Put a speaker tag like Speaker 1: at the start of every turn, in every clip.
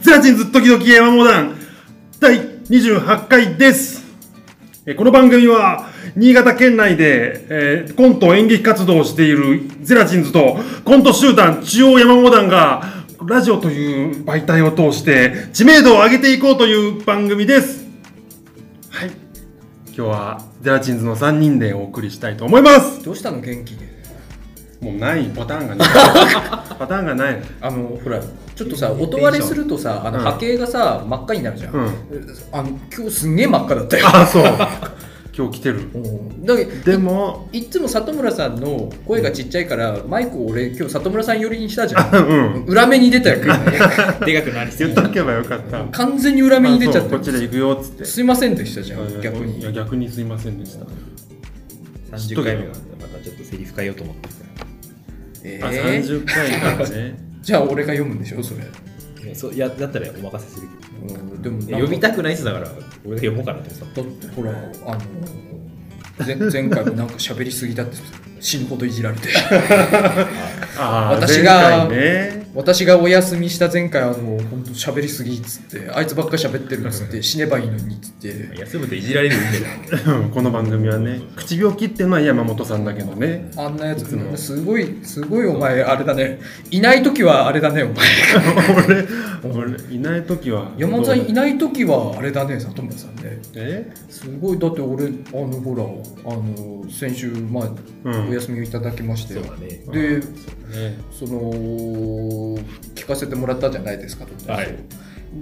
Speaker 1: ゼラチンズ時々山モダン第28回ですえーこの番組は新潟県内で、えーコント演劇活動をしているゼラチンズとコント集団中央山モダンがラジオという媒体を通して知名度を上げていこうという番組ですはい今日はゼラチンズの3人でお送りしたいと思います
Speaker 2: どうしたの元気で
Speaker 1: もうないパターン がないパターンがない
Speaker 2: あのほらちょっとさ音割れするとさあの
Speaker 1: うん
Speaker 2: 波形がさ、真っ赤になるじゃん、
Speaker 1: うん
Speaker 2: あの今日すんげえ真っ赤だったよ
Speaker 1: あそう今日来てる
Speaker 2: うんだけど
Speaker 1: でも
Speaker 2: いっつも里村さんの声がちっちゃいからマイクを俺今日里村さん寄りにしたじゃん
Speaker 1: うん
Speaker 2: 裏目に 出たよでかくなりす
Speaker 1: 言っとけばよかった
Speaker 2: 完全に裏目に出ち
Speaker 1: あ
Speaker 2: ゃった
Speaker 1: そうこっちで行くよっつって
Speaker 2: すいませんでしたじゃん逆
Speaker 1: いや
Speaker 2: に
Speaker 1: 逆にすいませんでした知っとけ
Speaker 3: 30回
Speaker 1: ば
Speaker 3: 目
Speaker 1: よ
Speaker 3: が
Speaker 1: かっ
Speaker 3: またちょっとセリフ変えようと思ってる
Speaker 2: え
Speaker 1: あ
Speaker 2: ー、
Speaker 1: 30回から ね
Speaker 2: じゃあ俺が読むんでしょそれ、
Speaker 3: ねそういやだったらお任せするけ
Speaker 2: うん、でもな
Speaker 3: ど
Speaker 2: んか
Speaker 3: 読みたくない人だから俺が読もうかなと思っ
Speaker 2: だってほらあの前前回もなんか喋りすぎだって死ぬほどいじられて
Speaker 1: あー
Speaker 2: 私が
Speaker 1: 前回ね
Speaker 2: 私がお休みした前回あの本当喋りすぎっつってあいつばっか喋ってるっつって死ねばいいのにっつって
Speaker 3: た休むといじられるんで
Speaker 1: うんこの番組はね口病気ってのは山本さんだけどね
Speaker 2: あんなやつ
Speaker 1: いつも
Speaker 2: すごいすごいお前あれだねいない時はあれだねお前
Speaker 1: 俺俺いない時は
Speaker 2: 山本さんい
Speaker 1: い
Speaker 2: ない時はあれだね里村さんね
Speaker 1: え
Speaker 2: すごいだって俺あのほらあの先週前、
Speaker 1: ん
Speaker 2: お休みをいただきまして
Speaker 3: そうだね
Speaker 2: で
Speaker 1: ね
Speaker 2: その聞かせてもらったじゃないですかと、
Speaker 3: はい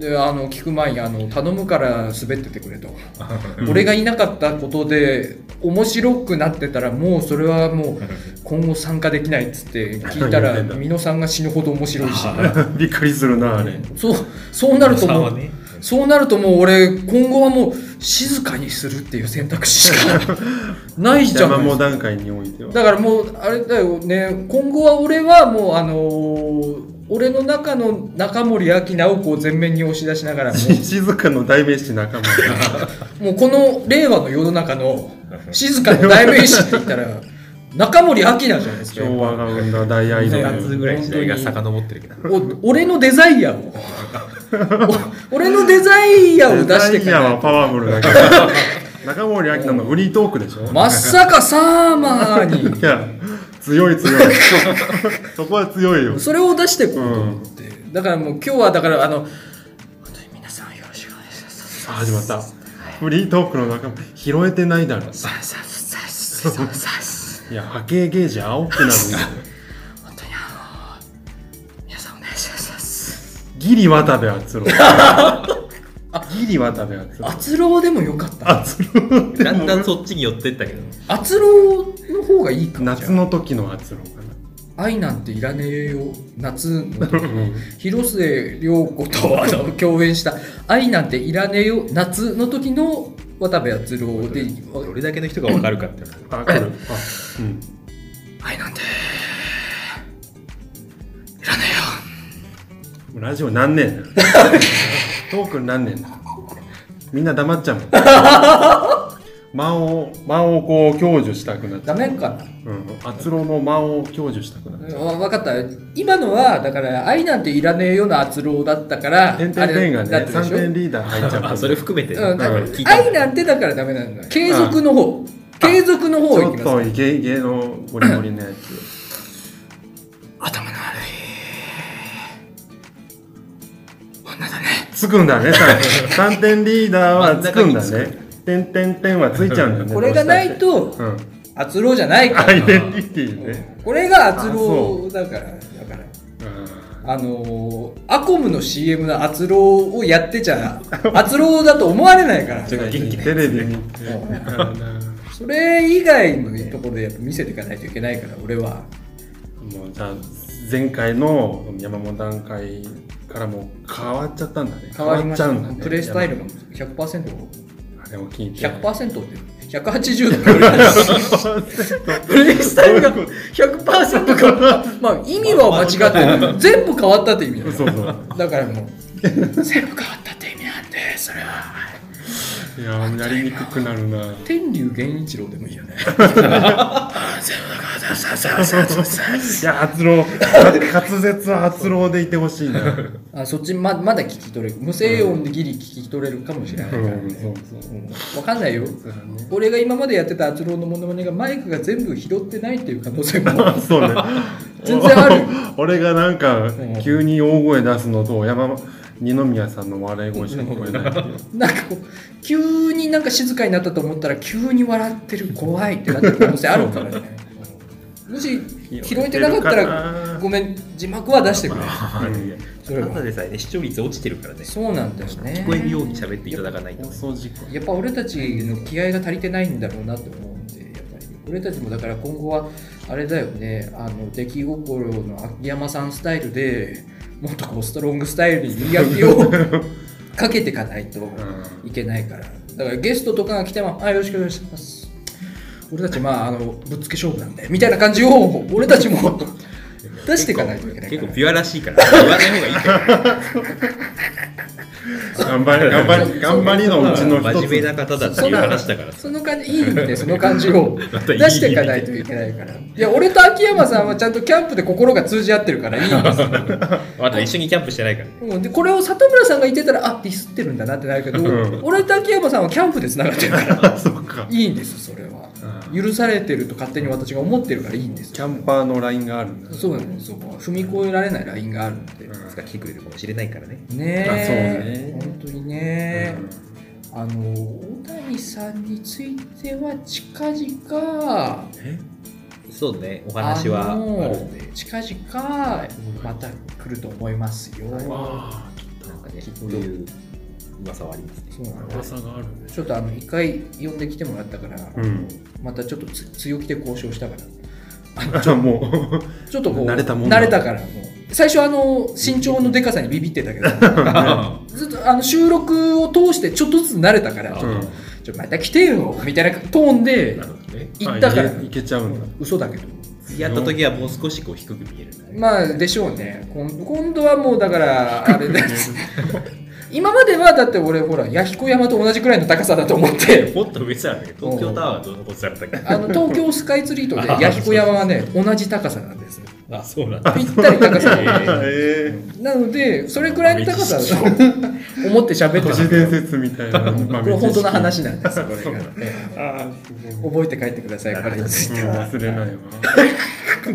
Speaker 2: であの聞く前にあの頼むから滑っててくれと俺がいなかったことで面白くなってたらもうそれはもう今後参加できないっつって聞いた
Speaker 1: 言
Speaker 2: ら
Speaker 1: ってんだ
Speaker 2: 美濃さんが死ぬほど面白い し
Speaker 1: びっくりするなあれ
Speaker 2: そうそうなると
Speaker 3: さん
Speaker 2: も
Speaker 3: は
Speaker 2: う、
Speaker 3: ね
Speaker 2: そうなるともう俺今後はもう静かにするっていう選択肢しかないじゃ
Speaker 1: 山
Speaker 2: ん
Speaker 1: 本段階においては
Speaker 2: だからもうあれだよね今後は俺はもうあのー俺の中の中森明菜をこう前面に押し出しながら も
Speaker 1: 静かの代名詞仲間が
Speaker 2: うもうこの令和の世の中の静かの代名詞って言ったら中森明菜じゃないですか
Speaker 1: 昭和が生んだ大アイド
Speaker 2: ね
Speaker 1: ル
Speaker 3: 夏ぐらい時代が遡ってるけど
Speaker 2: お俺のデザイアをお俺のデザイアを出し
Speaker 1: ダ
Speaker 2: て
Speaker 1: イ
Speaker 2: か
Speaker 1: ヤ
Speaker 2: ら
Speaker 1: はパワフルだけど 中森明菜のフリートークでしょ
Speaker 2: まさかサーマー
Speaker 1: いや強い強い そこは強いよ
Speaker 2: にそれを出していこうと思って、だからもう今日はだからあの本当に皆さんよろしくお願いします
Speaker 1: さあ始まったフリートークの中身拾えてないだろいや波形ゲージ青 くなるんだよ
Speaker 2: 本当にあの皆さんお願いします
Speaker 1: ギリ渡部篤郎ギリ渡部篤郎
Speaker 2: あつろうでもよかった
Speaker 1: 篤郎
Speaker 3: だんだんそっちに寄ってったけど
Speaker 2: あつろうの方がいいか
Speaker 1: 夏の時の篤郎か
Speaker 2: 愛なんていらねえよ夏の
Speaker 1: なうん
Speaker 2: 広末涼子とあの共演 した愛なんていらねえよ夏の時の渡部篤 郎で
Speaker 3: どれだけの人が分かるかっていうの
Speaker 1: あこれあうん
Speaker 2: 愛なんて
Speaker 1: もうラジオなんねえん だトークになんねえんだみんな黙っちゃうも ん間を間をこう享受したくなっちゃ
Speaker 2: ダ
Speaker 1: う
Speaker 2: メかな
Speaker 1: うん篤郎、の間を享受したくなっちゃう
Speaker 2: わ分かった今のはだから愛なんていらねえよの篤郎だったから
Speaker 1: 点点点が
Speaker 2: あれだ
Speaker 1: ね
Speaker 2: った
Speaker 1: 三
Speaker 2: でしょ
Speaker 1: 点リーダー入っちゃった
Speaker 3: あそれ含めて
Speaker 2: うん、だから
Speaker 1: うん
Speaker 3: 聞いた
Speaker 2: 愛なんてだからダメなんだ継続の方継続の方
Speaker 1: ち
Speaker 2: い
Speaker 1: ょ
Speaker 2: き
Speaker 1: っ
Speaker 2: ます
Speaker 1: とイケイケのゴリゴリのやつ
Speaker 2: 頭の悪い女だね
Speaker 1: つくんだね三三点リーダーはつくんだ
Speaker 3: 真ん中
Speaker 1: ね点点点はついちゃうんだね
Speaker 2: これがないと
Speaker 1: どうしたって
Speaker 2: あつろうじゃない
Speaker 1: うん
Speaker 2: か
Speaker 1: ア
Speaker 2: ら
Speaker 1: イデンティティね
Speaker 2: これがあつ
Speaker 1: あそ
Speaker 2: ろうだからだから
Speaker 1: うん
Speaker 2: あのー、アコムの CM のあつろうをやってちゃあつろうだと思われないから
Speaker 3: ちょっと元気なやつ
Speaker 1: テレビ見て
Speaker 2: うん
Speaker 1: だからな
Speaker 2: それ以外のところでやっぱ見せていかないといけないから俺は
Speaker 1: もうじゃあ前回の山本段階からもう変わっちゃったんだね
Speaker 2: 変わりました
Speaker 1: 変っちゃうんだね
Speaker 2: プレイスタイルが 100%180
Speaker 1: あれを聞いて
Speaker 2: 100%って180度変わる プレイスタイルが100%変わったまあ意味は間違ってない全部変わったって意味だよ
Speaker 1: そうそう
Speaker 2: だからもう全部変わったって意味なんでそれは
Speaker 1: いやーやりにくくなるな
Speaker 2: 天竜源一郎でもいいよ
Speaker 1: い
Speaker 2: ね
Speaker 1: や発露滑舌は発露でいてほしいな
Speaker 2: あそっちままだ聞き取れる無声音でギリ聞き取れるかもしれないからね、
Speaker 1: うんそうそう
Speaker 2: うんわかんないよ俺が今までやってた篤郎のモノマネがマイクが全部拾ってないっていう可能 性も
Speaker 1: そうね
Speaker 2: 全然ある
Speaker 1: 俺がなんか
Speaker 2: ん
Speaker 1: 急に大声出すのと山二宮さんの笑い声しか聞こえないっていう
Speaker 2: なんかこう急になんか静かになったと思ったら急に笑ってる怖いってなってる可能性あるからねもし拾えてなかった
Speaker 1: 拾えてるからな
Speaker 2: ごめん字幕は出してくれ
Speaker 1: いや
Speaker 2: それは
Speaker 3: ただでさえね視聴率落ちてるからね
Speaker 2: そうなんだよね
Speaker 3: 聞こえるように喋っていただかないとね
Speaker 1: 放送事故
Speaker 2: やっぱ俺たちの気合が足りてないんだろうなって思うんで、やっぱり俺たちもだから今後は、あれだよね、あの出来心の秋山さんスタイルでもっとこうストロングスタイルに磨きをかけていかないといけないから、だからゲストとかが来ても、あよろしくお願いします。俺たち、まあ、あのぶっつけ勝負なんでみたいな感じを俺たちも出していかないといけないから
Speaker 3: 結構ピュアらしいから言わない方がいいから
Speaker 1: 頑張り頑張り頑張りのうちの一
Speaker 3: 真面目な
Speaker 1: つ
Speaker 3: 方だっていう話だからさ
Speaker 2: その感じいい意味でその感じを
Speaker 3: また
Speaker 2: 出
Speaker 3: いい意味で
Speaker 2: していかないといけないからいや俺と秋山さんはちゃんとキャンプで心が通じ合ってるからいいんですよ
Speaker 3: まだ一緒にキャンプしてないからね
Speaker 2: うんでこれを里村さんが言ってたらあディスってるんだなってなるけど
Speaker 1: うん
Speaker 2: 俺と秋山さんはキャンプでつながってるから
Speaker 1: そうか
Speaker 2: いいんですそれは
Speaker 1: う
Speaker 2: 許されてると勝手に私が思ってるからいいんです
Speaker 1: キャンパーのラインがあるんだ
Speaker 2: そうなのそこは踏み越えられないラインがあるんで
Speaker 3: いつか来てくれるかもしれないからね
Speaker 2: ね
Speaker 1: あ
Speaker 2: え
Speaker 1: そうね
Speaker 2: 本当にね、あの小谷さんについては近々
Speaker 3: そうねお話はあ
Speaker 2: あの
Speaker 3: るんで
Speaker 2: 近々また来ると思いますよ、
Speaker 1: あ
Speaker 3: なんかねそういう噂はありますね
Speaker 2: そうな
Speaker 1: あ
Speaker 2: んです
Speaker 1: 噂があるね
Speaker 2: ちょっとあの一回呼んできてもらったから、
Speaker 1: うん
Speaker 2: またちょっとつ強気で交渉したから
Speaker 1: じゃあもう
Speaker 2: ちょっとこう
Speaker 1: 慣れたもんだ
Speaker 2: 慣れたからもう最初あの身長のでかさにビビってたけどずっとあの収録を通してちょっとずつ慣れたから、
Speaker 1: うん
Speaker 2: ちょまた来てよみたいなトーンで
Speaker 3: なるほどね
Speaker 2: 行ったから、
Speaker 1: あいけいけちゃうんだ
Speaker 2: 嘘だけど
Speaker 3: やった時はもう少しこう低く見えるんだね
Speaker 2: まあでしょうね今今度はもうだからあれ です今まではだって俺ほら弥彦山と同じくらいの高さだと思って
Speaker 3: もっと上さらね東京タワーはどんなことされたっけ
Speaker 2: あの東京スカイツリーと ね弥彦山はね同じ高さなんです
Speaker 3: あそうなんだ
Speaker 2: ぴったり高さ
Speaker 3: えー
Speaker 1: ええ
Speaker 2: なのでそれくらいの高さだと思って喋って
Speaker 1: 都
Speaker 2: た
Speaker 1: 市伝説みたいな
Speaker 2: こ
Speaker 1: こ
Speaker 2: れ本当の話なんです これが、え
Speaker 1: ああすごい
Speaker 2: え覚えて帰ってくださいこれについて
Speaker 1: うん
Speaker 2: は
Speaker 1: 忘れないわ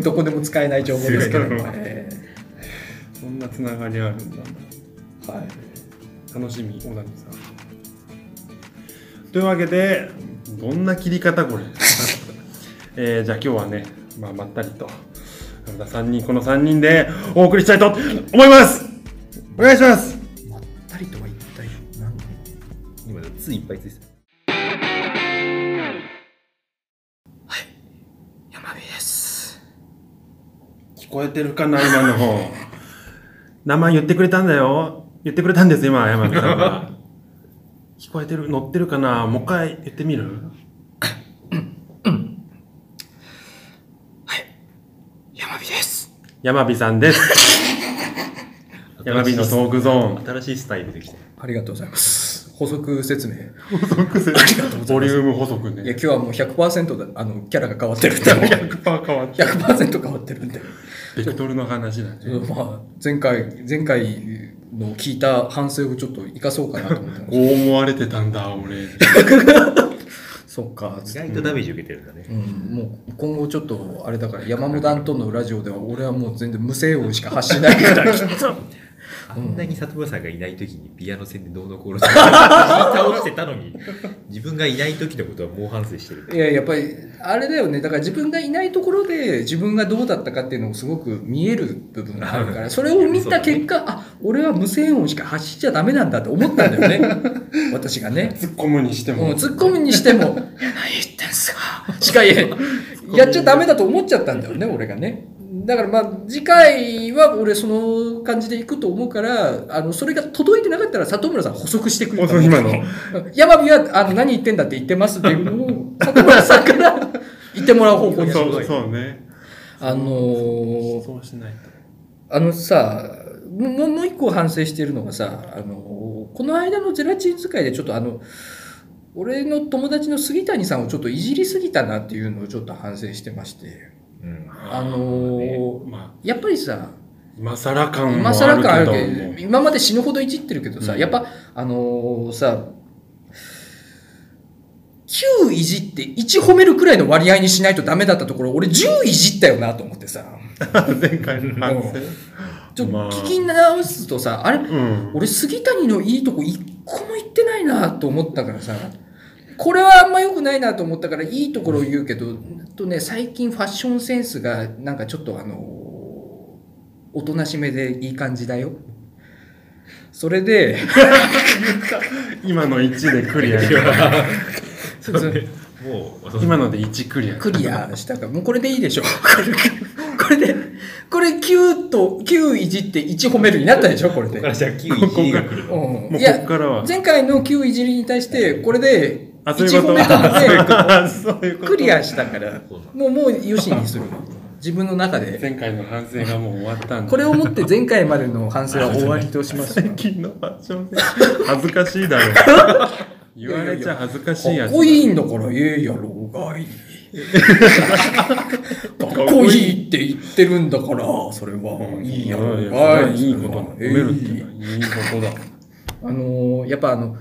Speaker 2: どこでも使えない情報ですけども、え
Speaker 1: そんなつながりあるんだ
Speaker 2: えはい
Speaker 1: 楽しみ小谷さんというわけでどんな切り方これ、 えーじゃあ今日はね、まあ、まったりとまた3人この3人でお送りしたいと思いますお願いします
Speaker 2: まったりとは一体何なの
Speaker 3: 今ついっぱいついてた
Speaker 2: 山火です
Speaker 1: 聞こえてるかな今の方 名前言ってくれたんだよ言ってくれたんです今山口さん が聞こえてる乗ってるかなもう一回言ってみる
Speaker 2: 山火です
Speaker 1: 山火さん です山火のトークゾーン
Speaker 3: 新しいスタイルできた
Speaker 2: ありがとうございます。補足説明。
Speaker 1: ボリューム補足
Speaker 2: いや、今
Speaker 1: ね
Speaker 2: 日はもう100%だあのキャラが変わ ってるんで、
Speaker 1: 100%変わった
Speaker 2: 100%変わってるんで、
Speaker 1: ベクトルの話だね
Speaker 2: まあ、前回、前回の聞いた反省をちょっと生かそうかなと思ったんで
Speaker 1: こう思われてたんだ俺
Speaker 2: す そっか、
Speaker 3: 意外とダメージ受けてるんだね
Speaker 2: うん、もう今後ちょっと、あれだから、山本アントンのラジオでは、俺はもう全然無声音しか発しない から、きっと。
Speaker 3: あんなに里村さんがいない時にピアノ線でどうのこうのって倒してたのに自分がいない時のことは猛反省してる
Speaker 2: いや、やっぱり、あれだよね、だから自分がいないところで、自分がどうだったかっていうのをすごく見える部分があるから、それを見た結果、あ俺は無声音しか発しちゃダメなんだって思ったんだよね、 私がね。
Speaker 1: 突っ込むにして
Speaker 2: も
Speaker 1: も
Speaker 2: うツッコミにしても、いや、何言ってんすか、しか言え、やっちゃダメだと思っちゃったんだよね、俺がね。だからまあ次回は俺その感じでいくと思うからあのそれが届いてなかったら里村さん補足してくれ
Speaker 1: もうその今の
Speaker 2: 山火はあの何言ってんだって言ってますっていうのを里村さんから言ってもらう方向 に
Speaker 1: そうそうね
Speaker 2: あのー
Speaker 1: そうしない
Speaker 2: あのさももうもう一個反省しているのがさあのこの間のゼラチン使いでちょっとあの俺の友達の杉谷さんをちょっといじりすぎたなっていうのをちょっと反省してまして
Speaker 3: うん
Speaker 2: あのー
Speaker 1: まあ、
Speaker 2: やっぱりさ
Speaker 1: 今更感も
Speaker 2: 今
Speaker 1: あ
Speaker 2: 更感あ
Speaker 1: る
Speaker 2: る
Speaker 1: け
Speaker 2: け
Speaker 1: ど
Speaker 2: ど今まで死ぬほどいじってるけどさ、
Speaker 1: うん
Speaker 2: やっぱあのーさ9いじって1褒めるくらいの割合にしないとダメだったところ俺10いじったよなと思ってさ
Speaker 1: 前回の反省
Speaker 2: ちょっと
Speaker 1: まあ
Speaker 2: 聞き直すとさ、あ、れ
Speaker 1: うん
Speaker 2: 俺杉谷のいいとこ一個も言ってないなと思ったからさこれはあんま良くないなと思ったからいいところを言うけど、とね最近ファッションセンスがなんかちょっとあのおとなしめでいい感じだよそれで
Speaker 1: 今の1でクリア
Speaker 2: そうそう
Speaker 3: もう
Speaker 1: 今ので1クリア
Speaker 2: クリアしたからもうこれでいいでしょこれこれでこれ9と9いじって1褒めるになったでしょこれ
Speaker 3: こ
Speaker 2: で
Speaker 3: こからじゃあ9位1位が来るの
Speaker 2: うん
Speaker 1: もう
Speaker 2: い
Speaker 1: こ
Speaker 2: や
Speaker 1: っからは
Speaker 2: 前回の9いじりに対してこれで
Speaker 1: あそういう
Speaker 2: 1
Speaker 1: こ
Speaker 2: 褒
Speaker 1: と
Speaker 2: めたの
Speaker 1: あ そういうこ
Speaker 2: で
Speaker 1: と
Speaker 2: クリアしたから
Speaker 3: そうなんだ
Speaker 2: もうもうよしにする自分の中で
Speaker 1: 前回の反省がもう終わったんで
Speaker 2: これをもって前回までの反省は終わりとします
Speaker 1: 最
Speaker 2: か
Speaker 1: 近のファッションで恥ずかしいだろ 言われちゃ恥ずかしいや
Speaker 2: っ
Speaker 1: つ
Speaker 2: こいいんだからええやろ うがいかっこいいって言ってるんだからそれはいいやろうがい
Speaker 1: いいことだ褒めるって
Speaker 2: ええ
Speaker 1: いいことだ
Speaker 2: あのーやっぱあの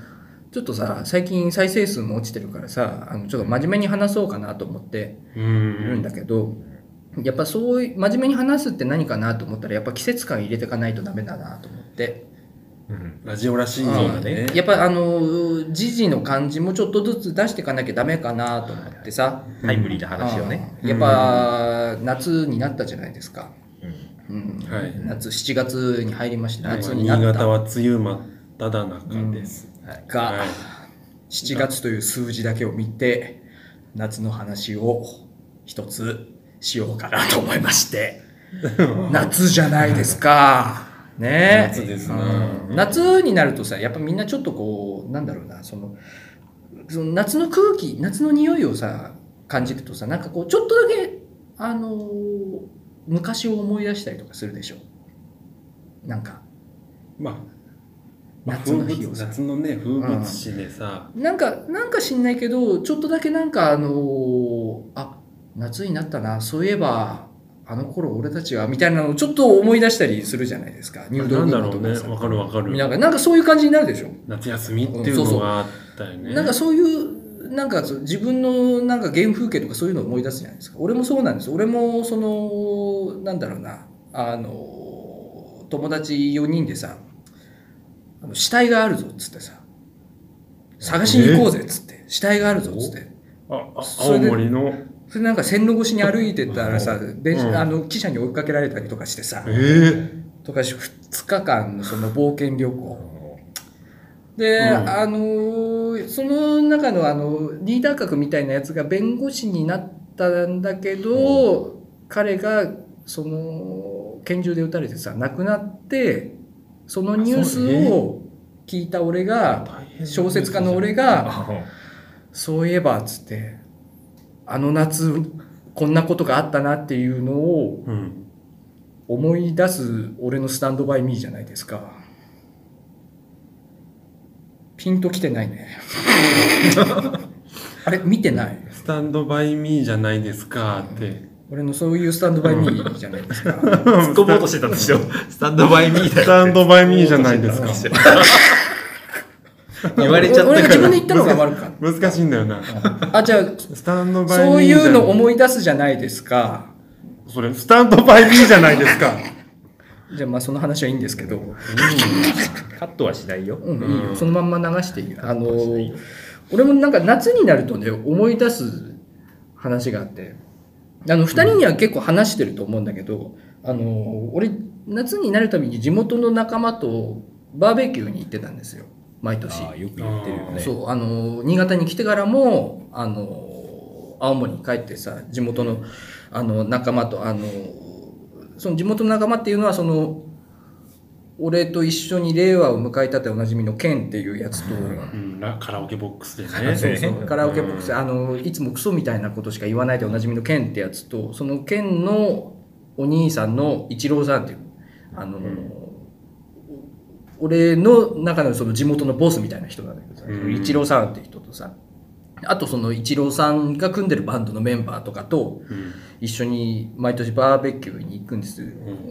Speaker 2: ちょっとさ最近再生数も落ちてるからさあのちょっと真面目に話そうかなと思って
Speaker 1: う
Speaker 2: いるん
Speaker 1: ん
Speaker 2: だけど、やっぱそういう真面目に話すって何かなと思ったらやっぱ季節感入れていかないとダメだなと思って
Speaker 3: うん
Speaker 1: ラジオらしい
Speaker 2: うん
Speaker 1: よ
Speaker 3: だね
Speaker 2: やっぱあの時事の感じもちょっとずつ出していかなきゃダメかなと思ってさ
Speaker 3: タイムリーな話をね
Speaker 2: うんやっぱ夏になったじゃないですか、
Speaker 3: うん
Speaker 2: うん
Speaker 1: はい
Speaker 2: 夏7月に入りまして夏に
Speaker 1: 新
Speaker 2: なった
Speaker 1: 潟は梅雨真っただ中です、
Speaker 2: が、
Speaker 1: はい
Speaker 2: 7月という数字だけを見て夏の話を一つしようかなと思い まして夏じゃないですかね
Speaker 1: 夏ですな
Speaker 2: うん夏になるとさやっぱみんなちょっとこうなんだろうなそのその夏の空気夏の匂いをさ感じるとさなんかこうちょっとだけあのー昔を思い出したりとかするでしょなんか
Speaker 1: まあまあ
Speaker 2: 夏の日を
Speaker 1: 風
Speaker 2: さ
Speaker 1: 物夏のね風物詩でさ、
Speaker 2: なんか、なんか知んないけど、ちょっとだけなんかあのーあ、夏になったな、そういえば、あの頃俺たちは、みたいなのをちょっと思い出したりするじゃないですか。入
Speaker 1: な
Speaker 2: 道
Speaker 1: んだ
Speaker 2: 雲
Speaker 1: ろ
Speaker 2: と
Speaker 1: うね
Speaker 2: かさ。
Speaker 1: わかるわかる
Speaker 2: なんか、なんかそういう感じになるでしょ。
Speaker 1: 夏休みっていうのがあったよね、
Speaker 2: なんかそういう、なんかそう自分のなんか原風景とかそういうのを思い出すじゃないですか。俺もそうなんです。俺も、その、なんだろうな、あのー、友達4人でさ、あの死体があるぞっつってさ、探しに行こうぜっつって、死体があるぞっつって。
Speaker 1: ああ
Speaker 2: そ
Speaker 1: 青
Speaker 2: れで
Speaker 1: 森の
Speaker 2: それなんか線路越しに歩いてたらさ、電車
Speaker 1: うん
Speaker 2: あの汽車に追いかけられたりとかしてさ
Speaker 1: え、ー、
Speaker 2: とかし2日間のその冒険旅行。で、
Speaker 1: うん
Speaker 2: あのーその中のあのリーダー格みたいなやつが弁護士になったんだけど、彼がその拳銃で撃たれてさ亡くなってそのニュースを聞いた俺が
Speaker 1: 大変だね
Speaker 2: 小説家の俺が
Speaker 3: あ
Speaker 2: そういえばっつってあの夏こんなことがあったなっていうのを
Speaker 1: うん
Speaker 2: 思い出す俺のスタンドバイミーじゃないですかピンときてないね あれ見てない
Speaker 1: スタンドバイミーじゃないですか って、
Speaker 2: 俺のそういうスタンドバイミーじゃないですか
Speaker 3: 突っ込もうとしてたとしてもスタンドバイミーだ
Speaker 1: スタンドバイミーじゃない ですか
Speaker 3: 言われちゃった
Speaker 2: 俺が
Speaker 3: か
Speaker 2: 自
Speaker 3: ら
Speaker 2: 分で言ったのが悪かっ
Speaker 1: 難しいんだよ な
Speaker 2: たあじゃあ
Speaker 1: スタンドバイミー
Speaker 2: そうい
Speaker 1: じ
Speaker 2: う
Speaker 1: ゃ
Speaker 2: の思い出すじゃないですか
Speaker 1: それスタンドバイミーじゃないですか
Speaker 2: じゃあまあその話はいいんですけど
Speaker 3: カットはしないよ
Speaker 2: うん、
Speaker 1: うん
Speaker 2: いいよそのまんま流していいよあのー俺もなんか夏になるとね思い出す話があってあの2人には結構話してると思うんだけど、あのー俺夏になるたびに地元の仲間とバーベキューに行ってたんですよ毎年、
Speaker 3: ああよく言ってるよね
Speaker 2: そうあのー新潟に来てからもあのー青森に帰ってさ地元のあの仲間とあのーその地元の仲間っていうのはその俺と一緒に令和を迎えたっておなじみのケンっていうやつ と、
Speaker 1: うん、ラカラオケボックスでね
Speaker 2: そうそう
Speaker 3: ね
Speaker 2: カラオケボックスあのいつもクソみたいなことしか言わないでおなじみのケンってやつとそのケンのお兄さんの一郎さんっていうあの、
Speaker 1: ん
Speaker 2: 俺の中のその地元のボスみたいな人なんだけどさ、
Speaker 1: うん
Speaker 2: 一郎さんって人とさあとその一郎さんが組んでるバンドのメンバーとかと一緒に毎年バーベキューに行くんです、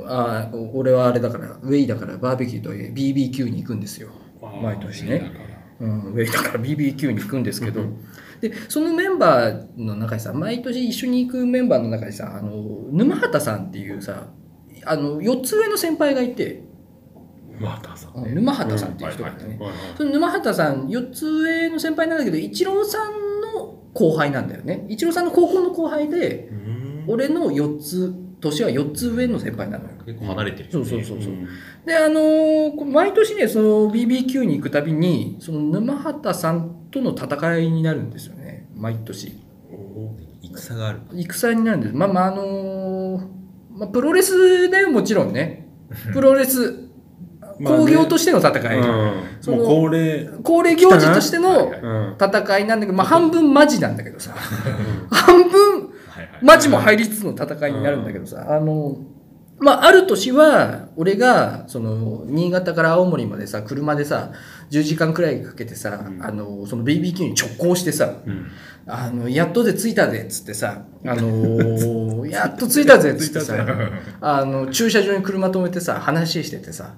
Speaker 2: あーお俺はあれだからウェイだからバーベキューと BBQ に行くんですよ毎年ねうん、ウェイだから BBQ に行くんですけど、でそのメンバーの中にさ毎年一緒に行くメンバーの中にさあの沼畑さんっていうさあの4つ上の先輩がいて
Speaker 1: またさ
Speaker 2: あの沼畑さんっていう人がいてね、
Speaker 1: はいはいはい
Speaker 2: その沼畑さん4つ上の先輩なんだけど一郎さんの後輩なんだよね一郎さんの高校の後輩で俺の4つ年は4つ上の先輩なのよ
Speaker 3: 結構離れてる
Speaker 2: そ
Speaker 3: よ
Speaker 2: う
Speaker 3: ね
Speaker 2: そうそうそう、
Speaker 1: ん
Speaker 2: であのーこう毎年ねその BBQ に行くたびにその沼畑さんとの戦いになるんですよね毎年
Speaker 3: 戦がある
Speaker 2: 戦になるんですまあまああのーまあ、プロレスだよもちろんねプロレス
Speaker 1: まあね
Speaker 2: 興行としての戦い、
Speaker 1: う
Speaker 2: そ
Speaker 1: ん、も
Speaker 2: の
Speaker 1: う恒例、
Speaker 2: 恒例行事としての
Speaker 1: うん、
Speaker 2: 戦いなんだけど、まあ、半分マジなんだ けどさ半分
Speaker 3: はいはい
Speaker 2: マジも入りつつの戦いになるんだけどさ、あのまあある年は俺がその新潟から青森までさ車でさ10時間くらいかけてさ、
Speaker 1: うん
Speaker 2: あのその BBQ に直行してさ
Speaker 1: うん
Speaker 2: 「あのやっとで着いたぜ」っつっ てさ「あのやっと着いたぜ」っつってさ あの駐車場に車止めてさ話しててさ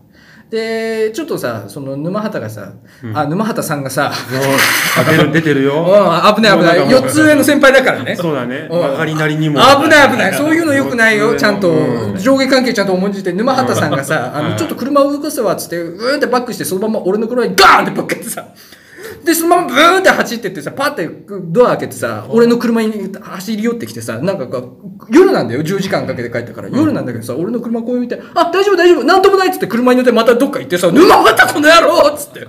Speaker 2: でちょっとさその沼畑がさ、あ沼畑さんが さ
Speaker 1: あ出る出てる
Speaker 2: う
Speaker 1: よ
Speaker 2: ん危ない危ない
Speaker 1: もうなんかもう
Speaker 2: 4つ上の先輩だからね
Speaker 1: そうだね
Speaker 2: うん
Speaker 1: 曲がりなりにも
Speaker 2: 危ない危ないそういうのよくないよちゃんと
Speaker 1: うん
Speaker 2: 上下関係ちゃんと重んじて沼畑さんがさ「あ
Speaker 1: うん
Speaker 2: のちょっと車を動かすわ」っつってうーんってバックしてそのまま俺の車にガーンってぶっかけてさでそのままブーンって走ってってさパッてドア開けてさ俺の車に走り寄ってきてさなんかこう夜なんだよ10時間かけて帰ったから夜なんだけどさ俺の車こう見て「あ大丈夫大丈夫なんともない」っつって車に乗ってまたどっか行ってさ「沼畑この野郎!」っつって。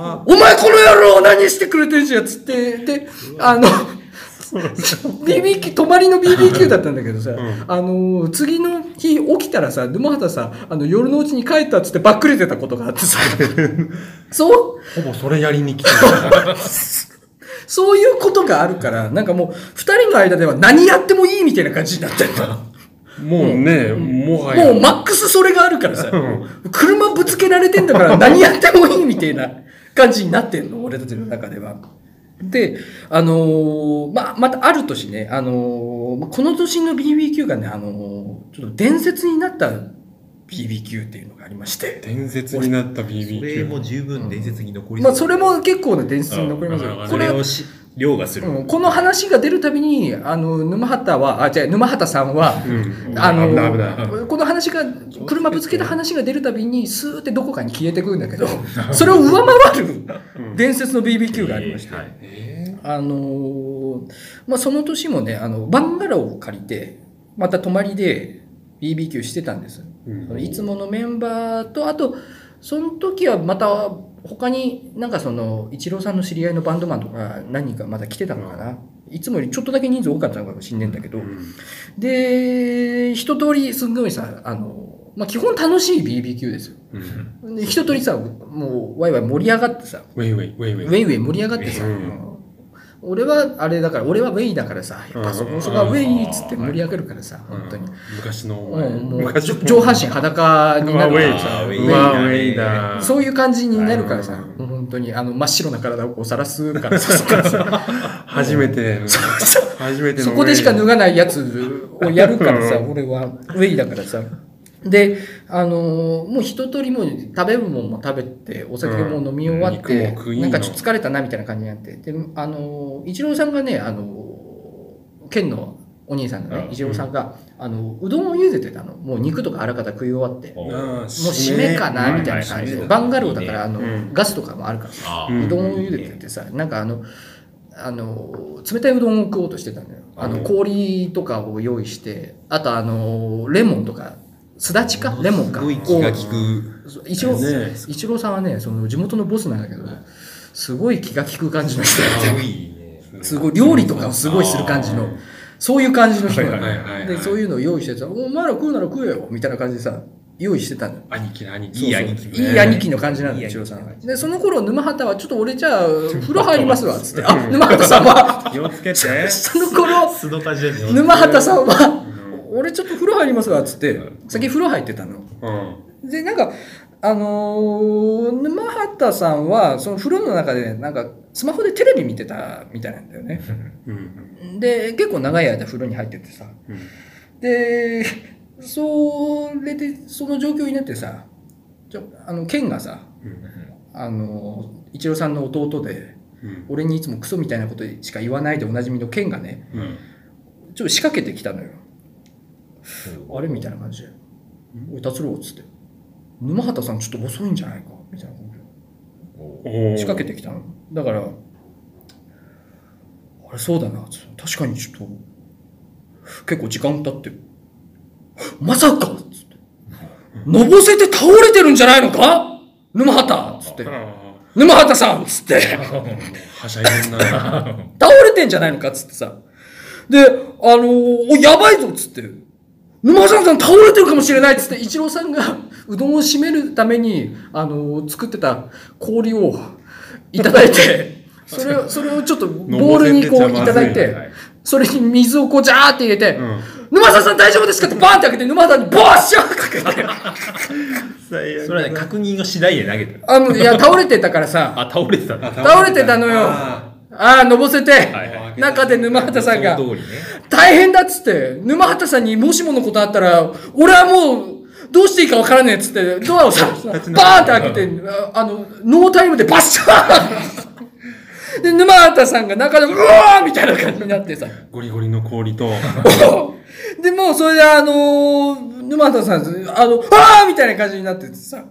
Speaker 2: お前この野郎何してくれてんじゃんっつって、で、あの、BBQ、泊まりの BBQ だったんだけどさ、あの、次の日起きたらさ、沼畑さん、あの、夜のうちに帰ったっつってばっくれてたことがあってさ、そう、
Speaker 1: ほぼそれやりに来てる
Speaker 2: そういうことがあるから、なんかもう、二人の間では何やってもいいみたいな感じになってんだ。
Speaker 1: もうね、もはや
Speaker 2: もうマックスそれがあるからさ、車ぶつけられてんだから何やってもいいみたいな感じになってんの、俺たちの中では。で、あのーまあ、またある年ね、あのーまあこの年の BBQ がね、あのーちょっと伝説になった BBQ っていうのがありまして、
Speaker 1: 伝説になった
Speaker 3: それ
Speaker 1: BBQ
Speaker 3: も十分伝説に残り
Speaker 2: まあ、それ
Speaker 3: も
Speaker 2: も結構ね、伝説に残りますよ。
Speaker 3: こ
Speaker 2: こ
Speaker 3: れ
Speaker 2: れ
Speaker 3: をし凌駕する
Speaker 2: うんこの話が出るたびに、あの、沼畑は、あ、じゃ沼畑さんは、
Speaker 1: うん
Speaker 2: あの
Speaker 1: 危ない危ない
Speaker 2: この話が車ぶつけた話が出るたびにスーってどこかに消えてくるんだけどそれを上回る伝説の BBQ がありまして、
Speaker 3: はい
Speaker 2: あのーまあ、その年もねあのバンガローを借りてまた泊まりで BBQ してたんです、
Speaker 1: うん
Speaker 2: そのいつものメンバーとあとその時はまた他になんかそのイチローさんの知り合いのバンドマンとか何人かまだ来てたのかな、いつもよりちょっとだけ人数多かったのかもしんないんだけど、で一通りすんごいさあの、まあ、基本楽しい BBQ ですよ
Speaker 1: うん
Speaker 2: で一通りさもうワイワイ盛り上がってさ
Speaker 1: ウェイウェイウェイウ
Speaker 2: ウ
Speaker 1: ェイ
Speaker 2: ェイウェイ盛り上がってさ、
Speaker 1: うん
Speaker 2: 俺はあれだから俺はウェイだからさやっぱそこそこはウェイっつって盛り上がるからさ
Speaker 1: うん
Speaker 2: 本当に、
Speaker 1: 昔のお
Speaker 2: も
Speaker 1: 前
Speaker 2: うもう
Speaker 1: 昔
Speaker 2: 上
Speaker 1: の
Speaker 2: 上半身裸に
Speaker 1: う
Speaker 2: な
Speaker 1: わウ
Speaker 2: るから
Speaker 1: ェイ
Speaker 2: さ
Speaker 3: あーウェイ
Speaker 1: うわウェイだ
Speaker 2: そういう感じになるからさ、
Speaker 1: う
Speaker 2: 本当にあの真っ白な体をこうさらすからさそこからさ
Speaker 1: 初めての初めての
Speaker 2: そこでしか脱
Speaker 1: が
Speaker 2: がないやつをやるからさ、
Speaker 1: うん
Speaker 2: 俺は、ウェイだからさ。で、あのーもう一通りもう食べ物も食べて、お酒も飲み終わっ
Speaker 1: うん肉
Speaker 2: て
Speaker 1: も食い、の
Speaker 2: なんかちょっと疲れたなみたいな感じになって、で、あのー、一郎さんがね、あのー県のお兄さんがね
Speaker 3: う、ん
Speaker 2: 一郎さんが、あの、うどんを茹でてたの。もう肉とかあらかた食い終わって、も
Speaker 3: お
Speaker 1: もう
Speaker 2: う締めかなみたいな感じ
Speaker 3: はいは
Speaker 2: で、
Speaker 3: い
Speaker 2: バンガローだから、あの
Speaker 1: うん、
Speaker 2: ガスとかもあるから。
Speaker 3: あ
Speaker 1: うん
Speaker 3: ー
Speaker 2: うどんを茹でててさ、なんかあの、あの、冷たいうどんを食おうとしてたんだよ。あ
Speaker 1: う
Speaker 2: の、
Speaker 1: ん
Speaker 2: 氷とかを用意して、あとあの、レモンとか、すだちかレモンか。
Speaker 3: すごい気が利く
Speaker 2: を一応、
Speaker 1: ね
Speaker 2: 一郎さんはね、その地元のボスなんだけど、すごい気が利く感じの人だ
Speaker 3: す
Speaker 2: よ
Speaker 3: ごいね
Speaker 2: すごい、料理とかをすごいする感じの、そういう感じの人な
Speaker 1: はいはいはいはい
Speaker 2: ので、そういうのを用意してさ、お前ら食うなら食えよみたいな感じでさ、用意してたのよ。
Speaker 1: 兄貴だ兄貴
Speaker 3: いい兄貴
Speaker 2: いい兄貴の感じなんだよ、一郎さん。で、その頃、沼畑は、ちょっと俺じ ゃあ、風呂入りますわ、つって。あ、沼畑さん は、
Speaker 1: 気をつけて
Speaker 2: その頃、
Speaker 3: 素の感じです
Speaker 2: 沼畑さんは、俺ちょっと風呂入りますわ、つって、先風呂入ってたの。
Speaker 1: うん
Speaker 2: で、なんか、あのー沼畑さんはその風呂の中でなんかスマホでテレビ見てたみたいなんだよね
Speaker 1: うん
Speaker 2: で結構長い間風呂に入っててさ
Speaker 1: うん
Speaker 2: でそれでその状況になってさちょあのケンがさあの一郎さんの弟で
Speaker 1: うん
Speaker 2: 俺にいつもクソみたいなことしか言わないでおなじみのケンがね
Speaker 1: うん
Speaker 2: ちょっと仕掛けてきたのよ
Speaker 3: うん
Speaker 2: あれみたいな感じで「おい達郎」っつって「沼畑さんちょっと遅いんじゃないか」みたいなこと
Speaker 3: お
Speaker 1: おー
Speaker 2: 仕掛けてきたのだからあれそうだなっつって確かにちょっと結構時間経ってまさかっつってのぼせて倒れてるんじゃないのか沼畑っつって
Speaker 1: あ
Speaker 2: 沼畑さんっつって
Speaker 1: ーはしゃいでん な
Speaker 2: 倒れてんじゃないのかっつってさ。で、あのーお、やばいぞっつって。沼さんさん倒れてるかもしれないっつって、一郎さんが うどんを締めるために、あのー作ってた氷をいただいて、それを、それをちょっとボールにこういただい
Speaker 1: はい
Speaker 2: て
Speaker 1: はい、
Speaker 2: それに水をこうジャーって入れて、
Speaker 1: ん
Speaker 2: 沼さんさん大丈夫ですかってバーンって開けて、沼さんにバッシャーかけて、
Speaker 1: 最悪
Speaker 3: それはね、確認をしないで投げた。
Speaker 2: あの、いや、倒れてたからさ、
Speaker 3: あ、倒れてたんだ。
Speaker 2: 倒れてたのよ。
Speaker 1: あ
Speaker 2: ああ、のぼせて、
Speaker 3: はい
Speaker 2: 中で沼畑さんが
Speaker 3: そ、の通りね。
Speaker 2: 大変だっつって、沼畑さんにもしものことあったら、俺はもう、どうしていいかわからねえっつって、ドアをさ、バーンって開けて、ああの、ノータイムでバッシャーで、沼畑さんが中で、うわーみたいな感じになってさ。
Speaker 1: ゴリゴリの氷 と
Speaker 2: で、もうそれで、あのー沼畑さん、あの、あーみたいな感じになっててさ。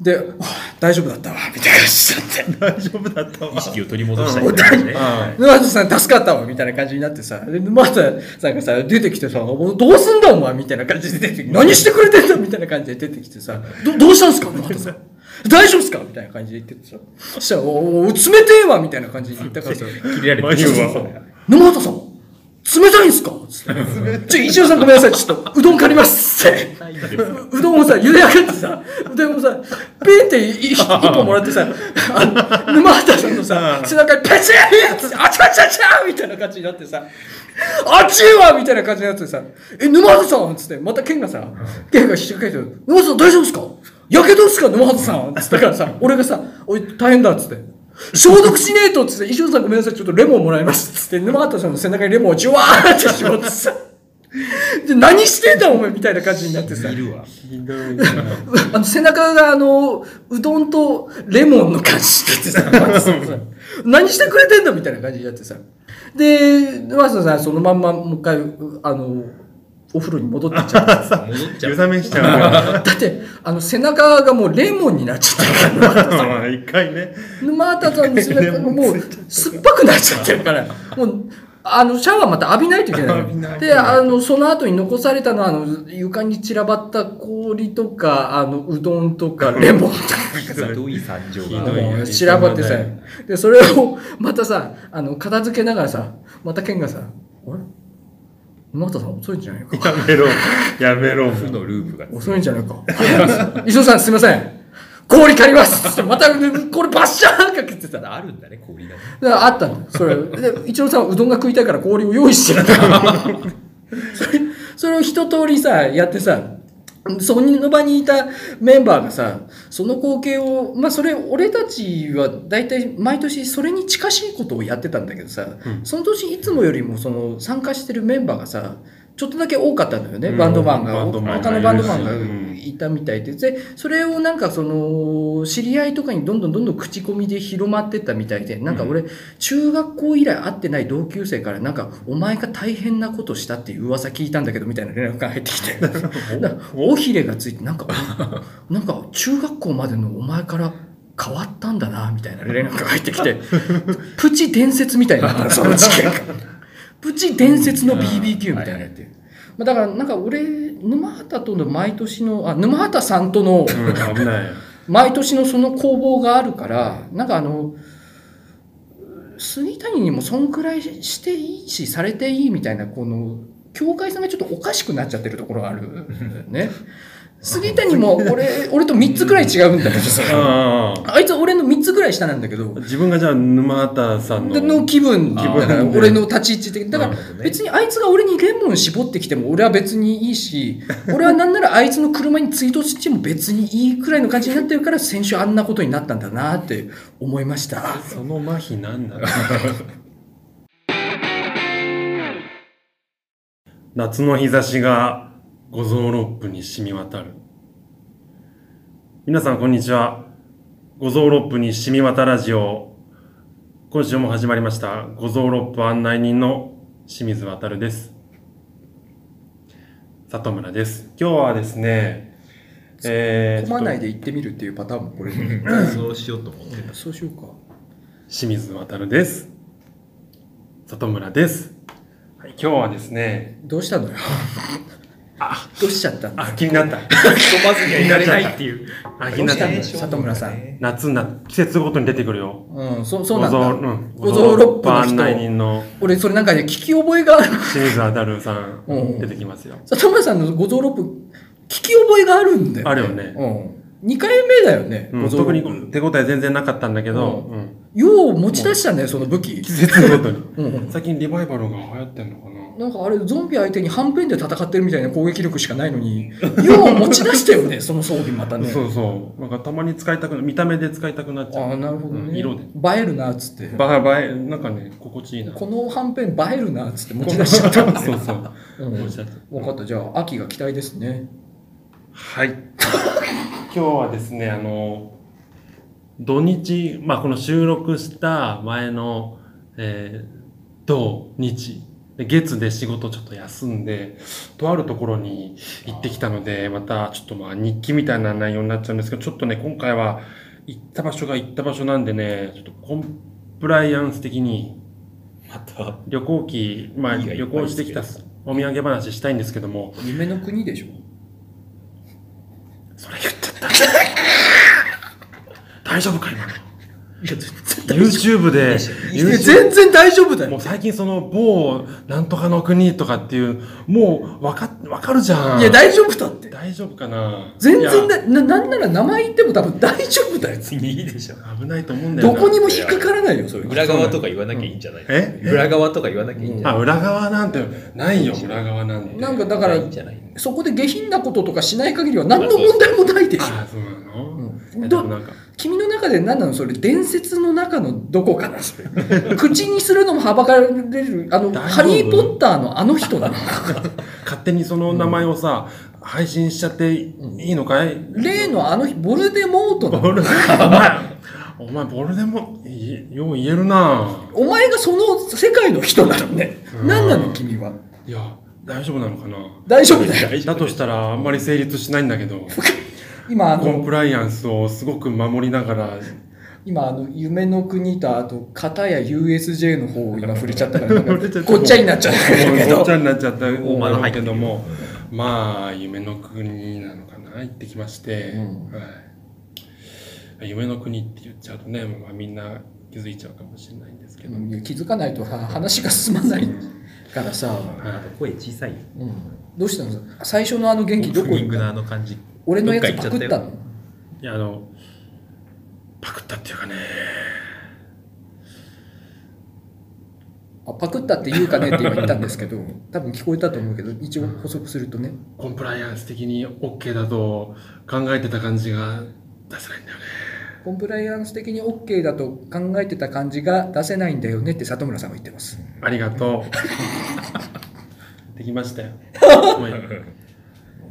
Speaker 2: で、あ大丈夫だったわ、みたいな感じになっ
Speaker 1: 大
Speaker 2: て。
Speaker 1: 丈夫だった
Speaker 3: 意
Speaker 1: わ
Speaker 3: 識を取り戻したいみたいなね。
Speaker 1: あ
Speaker 2: 沼田さん助かったわみたいな感じになってさ、で沼田さんがさ、出てきてさ、おどうすんだお前みたいな感じで出てきて、何してくれてんだみたいな感じで出てきてさ、どどうしたんすか沼田さん。大丈夫っすかみたいな感じで言っててさ、そしたら、おお、冷てえわみたいな感じで言ったからさ、
Speaker 3: 切れられて
Speaker 1: マジ
Speaker 3: る
Speaker 1: は
Speaker 2: 沼田さん、冷たいんすかつってちょ、一応さんごめんなさい、ちょっと、うどん借りますって。ううどんをさ、茹で上げてさ、うどんをさ、ピンっていい一本もらってさ、あの沼畑さんのさ、背中にペチーンってさ、あちゃちゃちゃみたいな感じになってさ、あっちいわみたいな感じになってさ、え、沼畑さんっつって、またケンがさ、ケンが引っ掛けて、沼畑さん大丈夫ですかやけどですか沼畑さんっつったからさ、俺がさ、おい、大変だっつって。消毒しねえとっつって、石尾さんごめんなさい、ちょっとレモンもらいますっつって、沼畑さんの背中にレモンをじゅわーってしまってさ、で何してんだお前みたいな感じになってさ、
Speaker 3: いるわ。
Speaker 1: ひどい
Speaker 2: あの背中があのうどんとレモンの感じってさ 何してくれてんだみたいな感じになってさで沼下さんそのまんまもう一回うあのお風呂に戻ってっちゃっ た
Speaker 3: 戻っちゃ
Speaker 1: 湯
Speaker 3: う。
Speaker 1: 冷めしち ゃ
Speaker 2: だってあの背中がもうレモンになっちゃってるから
Speaker 1: うから一回ね
Speaker 2: 沼田さんの背中がもう酸っぱくなっちゃってるからもうあのシャワーまた浴びないといけない
Speaker 1: 浴びない
Speaker 2: のであのその後に残されたのはあの床に散らばった氷とかあのうどんとかレモンとか。
Speaker 3: ひどい惨状
Speaker 1: ひどい
Speaker 3: が。
Speaker 2: もう散らばってさ
Speaker 1: いいね
Speaker 2: でそれをまたさあの片付けながらさまたケンがさ「あれ沼田さん遅いんじゃないか
Speaker 1: やめ ろやめろ
Speaker 3: 負のループが。
Speaker 2: 遅いんじゃない か」「石尾さんすいません氷借ります」ってまたこれバッシャーンかけてた
Speaker 3: ただあるんだね、氷がね。
Speaker 2: だからあったのそれで一郎さんはうどんが食いたいから氷を用意してるそれそれを一通りさやってさその場にいたメンバーがさその光景をまあそれ俺たちは大体毎年それに近しいことをやってたんだけどさ、その年いつもよりもその参加してるメンバーがさちょっとだけ多かったのよね、
Speaker 1: うん
Speaker 2: バンドマンが
Speaker 1: バンドマンが
Speaker 2: 他のバンドマンが
Speaker 1: うん
Speaker 2: いたみたいででそれをなんかその知り合いとかにどんどんどんどん口コミで広まってったみたいでなんか俺中学校以来会ってない同級生からなんかお前が大変なことしたっていう噂聞いたんだけどみたいな連絡が入ってきてな尾ひれがついてなんか なんか中学校までのお前から変わったんだなみたいな連絡が入ってきてプチ伝説みたいになったのその事件が。プチ伝説の BBQ みたいなのやってるまあだからなんか俺沼畑との毎年のあ沼畑さんとの
Speaker 1: うん危ない
Speaker 2: 毎年のその攻防があるからなんかあの杉谷にもそんくらいしていいしされていいみたいなこの境界線がちょっとおかしくなっちゃってるところがあるね。杉谷も俺俺と3つくらい違うんだけどさ
Speaker 1: あ
Speaker 2: あいつ俺の3つくらい下なんだけど
Speaker 1: あ自分がじゃあ沼田さんの
Speaker 2: の気分だから
Speaker 1: 気分
Speaker 2: 俺の立ち位置的にだか
Speaker 3: な
Speaker 2: ら
Speaker 3: るほどね
Speaker 2: 別にあいつが俺にレモン絞ってきても俺は別にいいし 俺はなんならあいつの車に追突しても別にいいくらいの感じになってるから先週あんなことになったんだなって思いました
Speaker 1: その麻痺なんだろう 夏の日差しが五臓六腑に染み渡る皆さんこんにちは五臓六腑に染み渡ラジオ今週も始まりました五臓六腑案内人の清水渡です里村です今日はですねえー
Speaker 2: 込まないで行ってみるっていうパターンもこれ
Speaker 3: そうしようと思ってた。
Speaker 2: そうしようか
Speaker 1: 清水渉です。里村です。はい、今日はですね、
Speaker 2: どうした のよどうしちゃったの
Speaker 1: あ、気になった。
Speaker 3: 飛ばずにはいられないっていう。
Speaker 1: あ、気になった。
Speaker 2: どうしたの里村さん。
Speaker 1: 夏な、季節ごとに出てくるよ。
Speaker 2: うんそそうなんだ
Speaker 1: 五臓うん
Speaker 2: 五臓六
Speaker 1: 五臓
Speaker 2: 腑
Speaker 1: 案
Speaker 2: の
Speaker 1: 内
Speaker 2: 人
Speaker 1: 人の
Speaker 2: 俺それなんかね聞き覚えがある
Speaker 1: 清水渉さん
Speaker 2: うん
Speaker 1: 出てきますよ。
Speaker 2: 里村さんの五臓六腑聞き覚えがあるんだよ、
Speaker 1: あるよね
Speaker 2: うん、2回目だよね、
Speaker 1: うん
Speaker 2: 五臓
Speaker 1: 特
Speaker 2: 六
Speaker 1: に
Speaker 2: 腑
Speaker 1: 手応え全然なかったんだけど、
Speaker 2: う
Speaker 1: うん
Speaker 2: よう持ち出したんだよその武器
Speaker 1: 季節ごとに。
Speaker 2: うん
Speaker 1: 最近リバイバルが流行ってんのかな
Speaker 2: なんかあれゾンビ相手に半分で戦ってるみたいな攻撃力しかない のによう持ち出したよねその装備またね
Speaker 1: そうそう。なんかたまに使いたくな、見た目で使いたくなっちゃ
Speaker 2: あ
Speaker 1: う。
Speaker 2: あなるほどね、
Speaker 1: うん色で
Speaker 2: 映えるなっつって
Speaker 1: バカバえ、なんかね、心地いいな。
Speaker 2: この半ペン映えるなっつって持ち出 しちゃったんだ
Speaker 1: そ
Speaker 2: よ
Speaker 1: うそう。
Speaker 2: うん
Speaker 1: 持ち出しちゃった
Speaker 2: 分かったじゃあ秋が期待ですね
Speaker 1: はい。今日はですね、あの、土日、まあ、この収録した前の、えー土日、で月で仕事ちょっと休んで、とあるところに行ってきたので、またちょっとまあ日記みたいな内容になっちゃうんですけど、ちょっとね、今回は行った場所が行った場所なんでね、ちょっとコンプライアンス的に
Speaker 3: また、
Speaker 1: 旅行記、まあ
Speaker 3: いいがいっぱい
Speaker 1: 旅行してきた
Speaker 3: です
Speaker 1: お土産話したいんですけども、
Speaker 2: 夢の国でしょ
Speaker 1: それ言っちゃった。大丈夫か今の。
Speaker 2: いや全
Speaker 1: YouTube で、
Speaker 2: 全然大丈夫だ
Speaker 1: YouTube も
Speaker 2: よ
Speaker 1: う最近その某なんとかの国とかっていう、もうわか、わかるじゃん。
Speaker 2: いや大丈夫だって
Speaker 1: 大丈夫かな
Speaker 2: 全然
Speaker 1: いや
Speaker 2: だななんなら名前言っても多分大丈夫だよ
Speaker 3: 次いいでしょ。
Speaker 1: 危ないと思うんだよ
Speaker 2: ど
Speaker 1: な。
Speaker 2: こにも引っかからないよそれ
Speaker 3: 裏側とか言わなきゃいいんじゃない
Speaker 1: え
Speaker 3: 裏側とか言わなきゃいいんじゃ
Speaker 1: あ、
Speaker 3: ない
Speaker 1: 裏側なんて、ないよ、裏側なんて。
Speaker 2: なんかだから
Speaker 3: いいんじゃない
Speaker 2: そこで下品なこととかしない限りは何の問題もないでしょ
Speaker 1: あ、そうなの、
Speaker 2: うん
Speaker 1: えで
Speaker 2: ど
Speaker 1: もなんか、
Speaker 2: 君の中で何なのそれ伝説の中のどこかなそ れ口にするのもはばかれるあ
Speaker 1: 大
Speaker 2: の「
Speaker 1: 丈夫
Speaker 2: ハリー・ポッター」のあの人な の
Speaker 1: 勝手にその名前をさ、配信しちゃっていいのかい、
Speaker 2: 例のあの人ボルデモートなの
Speaker 1: ボルデお前、お前ボルデモ、いよう言えるな
Speaker 2: お前がその世界の人なのね
Speaker 1: うん
Speaker 2: 何なの君はい
Speaker 1: や、大丈夫なのかな
Speaker 2: 大丈夫だよ
Speaker 3: 大丈
Speaker 1: だ
Speaker 3: 夫
Speaker 1: としたらあんまり成立しないんだけど、
Speaker 2: 今あ
Speaker 1: コン
Speaker 2: の
Speaker 1: プライアンスをすごく守りながら、
Speaker 2: 今あの夢の国とあと片や USJ の方を今触れちゃったからなんか
Speaker 1: 触れちゃった
Speaker 2: ごっちゃになっちゃった け
Speaker 1: ごっ
Speaker 2: ど
Speaker 1: ちゃになっちゃった
Speaker 3: お前の入って
Speaker 1: け
Speaker 3: る
Speaker 1: ども、まあ、夢の国なのかな行ってきまして、
Speaker 2: うん
Speaker 1: はい、夢の国って言っちゃうとね、まあ、みんな気づいちゃうかもしれないんですけど、
Speaker 2: うんいや気づかないとは話が進まないからさ、
Speaker 3: あと声小さいよ。
Speaker 2: うん、どうしたの最初のあの元気ど
Speaker 3: オープ
Speaker 2: こ
Speaker 3: ニン
Speaker 2: 行っ
Speaker 3: グの
Speaker 2: た
Speaker 3: あの感じ。
Speaker 2: 俺のや
Speaker 3: ど
Speaker 2: つ
Speaker 3: か行
Speaker 2: パ
Speaker 3: ちゃ
Speaker 2: クった
Speaker 3: よ
Speaker 2: の
Speaker 1: いや、あの、パクったっていうかね、
Speaker 2: あパクったって言うかねって今言ったんですけど多分聞こえたと思うけど一応補足するとね
Speaker 1: コンプライアンス的に OK だと考えてた感じが出せないんだよね。
Speaker 2: コンプライアンス的に OK だと考えてた感じが出せないんだよねって里村さんは言ってます
Speaker 1: ありがとう。 できましたよ。もういい2で、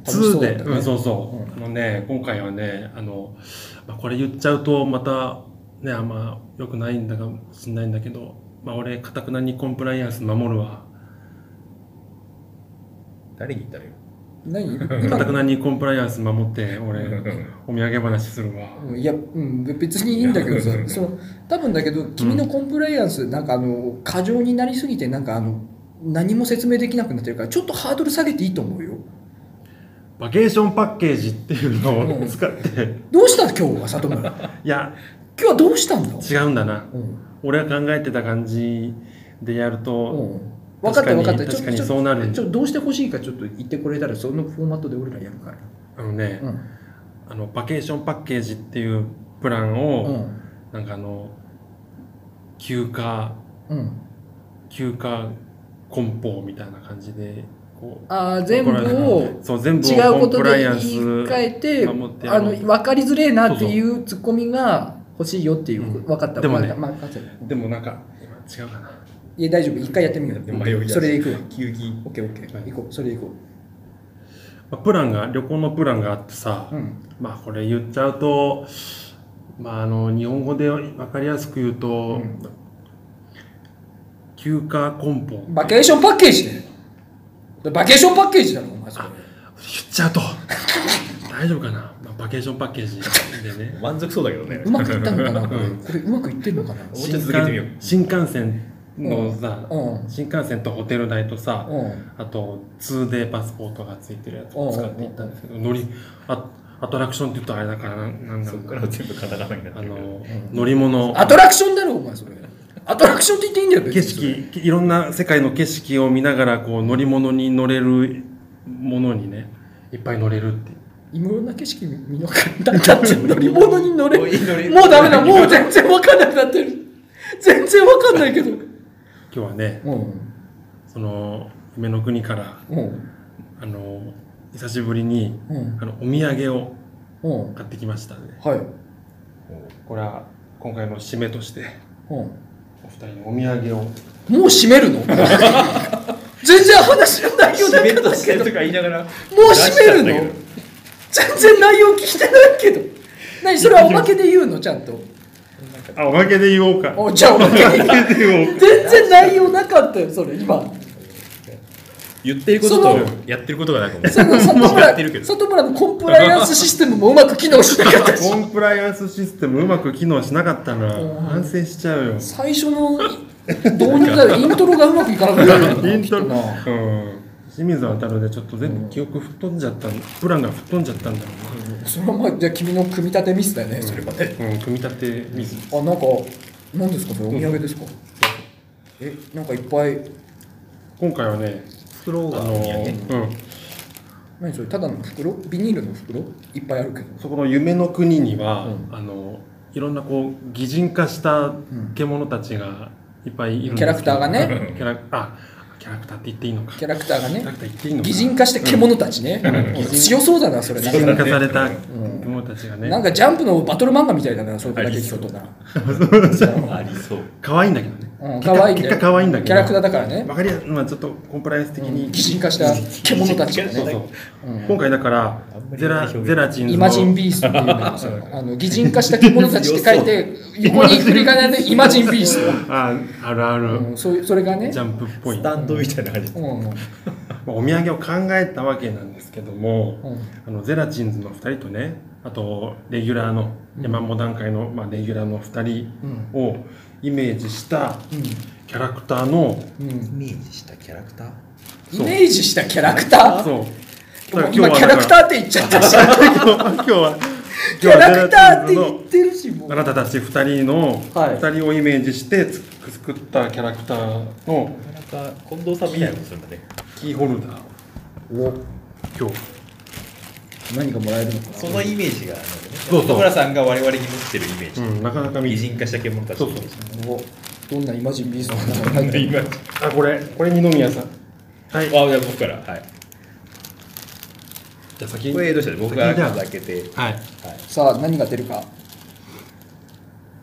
Speaker 2: 楽しそうだったね
Speaker 1: うん、そうそう、あのね、今回はね、あの、まあ、これ言っちゃうと、また、ね、あんま良くないんだかもしれないんだけど、まあ、俺、かたくなにコンプライアンス守るわ。
Speaker 3: 誰に言ったのよ。
Speaker 2: 何
Speaker 1: か
Speaker 2: 今
Speaker 1: たくなにコンプライアンス守って、俺、お土産話するわ。
Speaker 2: うんいや、うん、別にいいんだけどさその多分だけど君のコンプライアンスなんかあの過剰になりすぎてなんかあの何も説明できなくなってるからちょっとハードル下げていいと思うよ
Speaker 1: バケーションパッケージっていうの
Speaker 2: う
Speaker 1: を
Speaker 2: ん
Speaker 1: 使って、
Speaker 2: どうした今日 は里村今
Speaker 1: いや、
Speaker 2: 日はどうしたんだ、
Speaker 1: 違うんだな。
Speaker 2: うん
Speaker 1: 俺が考えてた感じでやると、
Speaker 2: うん分かった分かった
Speaker 1: 確かに確
Speaker 2: ちょ
Speaker 1: かにそうなる
Speaker 2: ちょちょどうしてほしいかちょっと言ってくれたらそのフォーマットで俺らやるから
Speaker 1: あのね、
Speaker 2: うん
Speaker 1: あのバケーションパッケージっていうプランを、
Speaker 2: うん
Speaker 1: なんかあの休暇
Speaker 2: うん
Speaker 1: 休暇梱包みたいな感じでこう
Speaker 2: あー全部を
Speaker 1: そう全部
Speaker 2: 違うこ
Speaker 1: コン
Speaker 2: と
Speaker 1: プラ
Speaker 2: で
Speaker 1: イアンス
Speaker 2: 言い換えて
Speaker 1: 守ってや
Speaker 2: あ
Speaker 1: ろ
Speaker 2: の
Speaker 1: う
Speaker 2: 分かりづれえなっていうツッコミが欲しいよっていう
Speaker 1: うん
Speaker 2: 分かった
Speaker 1: でもね
Speaker 2: まあまあ任せる
Speaker 1: でもなんか今違うかない
Speaker 2: や大丈夫一回やってみよ
Speaker 3: 迷いう出す
Speaker 2: それでいくわ
Speaker 3: 急に
Speaker 2: オッケーオッケー、
Speaker 1: はい
Speaker 2: 行こうそれで行こ
Speaker 1: まあプランが旅行のプランがあってさ、
Speaker 2: ううん
Speaker 1: まあこれ言っちゃうとまああの日本語で分かりやすく言うと、
Speaker 2: ん
Speaker 1: 休暇梱包言っ
Speaker 2: バケーションパッケージだよバケーションパッケージだろお前それ
Speaker 1: ちゃうと大丈夫かな、まあ、バケーションパッケージでね
Speaker 3: 満足そうだけどね
Speaker 2: うまくいったのかなこれ
Speaker 1: うん
Speaker 2: これうまくいってんのかな
Speaker 3: もうちょっと続けてみよう
Speaker 1: 新幹線のさ、
Speaker 2: うん
Speaker 1: 新幹線とホテル代とさ、
Speaker 2: うん
Speaker 1: あと 2day パスポートがついてるやつ
Speaker 2: うん
Speaker 1: を使っていったんですけど、乗りあアトラクションって言うとあれだからなんなんだ
Speaker 3: そ
Speaker 1: ろ
Speaker 3: っ
Speaker 1: う
Speaker 3: から全部カタカナになって
Speaker 1: あ
Speaker 3: るから
Speaker 1: の、乗り物
Speaker 2: アトラクションだろお前それアトラクションって言っていいんだよ別
Speaker 1: 景
Speaker 2: にそれ
Speaker 1: 色いろんな世界の景色を見ながらこう乗り物に乗れるものにねいっぱい乗れるっていう
Speaker 2: いろんな景色見なが らだって乗り物に乗れ
Speaker 3: おい乗り
Speaker 2: もうダメだもう全然わかんなくなってる全然わかんないけど
Speaker 1: 今日はね
Speaker 2: うん
Speaker 1: その夢の国から
Speaker 2: うん
Speaker 1: あの久しぶりに
Speaker 2: うん
Speaker 1: あのお土産を
Speaker 2: うん
Speaker 1: 買ってきましたね
Speaker 2: はい
Speaker 1: これは今回の締めとして
Speaker 2: うん
Speaker 1: お二人にお土産を
Speaker 2: もう閉める の全然話の内容
Speaker 3: イベン
Speaker 2: だ
Speaker 3: ト
Speaker 2: か
Speaker 3: してと
Speaker 2: け
Speaker 3: か
Speaker 2: ど
Speaker 3: 言いながらも
Speaker 2: もう閉めるの全然内容聞いてないけど何それはおまけで言うのちゃんと
Speaker 1: あおまけで言 おうか
Speaker 2: おじゃ あおまけで言
Speaker 1: 言
Speaker 2: う 全然内容なかったよそれ今
Speaker 3: 言ってることとやってることがなんかもう
Speaker 2: その里
Speaker 3: 違
Speaker 2: 村
Speaker 3: ってるけど
Speaker 2: 里村のコンプライアンスシステムもうまく機能しなかったし
Speaker 1: コンプライアンスシステムうまく機能しなかった
Speaker 2: うん
Speaker 1: な反省しちゃうよ
Speaker 2: 最初の導入だよイントロがうまくいかなくなるんだよ
Speaker 1: イントロ
Speaker 2: きっとな
Speaker 1: うん清水渡るでちょっと全部記憶吹っ飛んじゃったプランが吹っ飛んじゃったんだろ
Speaker 2: それはまあじゃあ君の組み立てミスだよねそれはね
Speaker 1: うな、うん、組み立てミス
Speaker 2: あなんか何ですかそれお土産ですかえなんかいっぱい
Speaker 1: 今回はね
Speaker 3: 袋
Speaker 1: あ
Speaker 3: が
Speaker 1: の
Speaker 3: お土産
Speaker 1: うん、
Speaker 2: 何それただの袋ビニールの袋いっぱいあるけど
Speaker 1: そこの夢の国には、
Speaker 2: うん
Speaker 1: あのいろんなこう擬人化した獣たちがいっぱいいるんですけど
Speaker 2: キャラクターがね
Speaker 1: キャラあキャラクターって言っていいのか
Speaker 2: キャラクターが
Speaker 1: キャラ
Speaker 2: ね
Speaker 1: クター言っていいのか
Speaker 2: 擬人化して獣たちね、うん強そうだなそれな
Speaker 1: 擬人
Speaker 2: んか
Speaker 1: 化された獣たちがね、
Speaker 2: なんかジャンプのバトル漫画みたいだなそれだけ聞くとな
Speaker 3: ありそう
Speaker 1: 可愛いんだけどね、
Speaker 2: うん可愛いんだ
Speaker 1: 結
Speaker 2: よ
Speaker 1: 果可愛いんだけど
Speaker 2: キャラクターだからね
Speaker 1: わかりやすい、まあ、ちょっとコンプライアンス的に、
Speaker 2: 擬人化した獣たちが
Speaker 1: そう
Speaker 2: ね
Speaker 1: そう、
Speaker 2: うん
Speaker 1: 今回だから
Speaker 3: あんまり
Speaker 1: ゼラ
Speaker 3: 表現
Speaker 1: ゼラチンズの
Speaker 2: イマジンビーストっていうのが さあの擬人化した着物たちって書いて横に振り仮名でイマジンビース
Speaker 1: ああるある、
Speaker 2: ト、うん、そういうそれがね
Speaker 1: ジ、ャンプっぽい、
Speaker 3: ス
Speaker 1: ま
Speaker 3: タ
Speaker 1: あ、
Speaker 3: ンドみたいな感じ
Speaker 2: うんうん
Speaker 1: お土産を考えたわけなんですけども、
Speaker 2: うん
Speaker 1: あのゼラチンズの2人とねあとレギュラーの山本段階の、まあ、レギュラーの2人をイメージしたキャラクターの、
Speaker 2: うん、
Speaker 3: イメージしたキャラクタ
Speaker 2: イ
Speaker 3: ー
Speaker 2: メージしたキャラクタ
Speaker 1: そう
Speaker 2: ーもう今キャラクタ
Speaker 1: ー
Speaker 2: ーって言っちゃった し
Speaker 1: 今日は
Speaker 2: キャラクターって言ってるしもう
Speaker 1: あなたたち2人の、
Speaker 2: はい
Speaker 1: 2人をイメージしてつく作ったキャラクターの
Speaker 3: なかなか近藤さんみたいなことするんだね
Speaker 1: キーホルダーを
Speaker 2: お
Speaker 1: 今日
Speaker 2: 何がもらえるのかな
Speaker 3: そのイメージがあるのでね
Speaker 1: そうそう
Speaker 3: 里村さんが我々に持ってるイメージ
Speaker 1: うん、なかなか見
Speaker 3: 擬人化した獣たちのイメージ
Speaker 2: おどんなイマジンビーストの中に入ってる
Speaker 3: 今あ
Speaker 1: あ、これ、これ二宮さん。はい。
Speaker 3: じゃあ僕からはい
Speaker 1: じゃあ先に
Speaker 3: これどうしたら僕が開けて
Speaker 1: はい。
Speaker 2: さあ何が出るか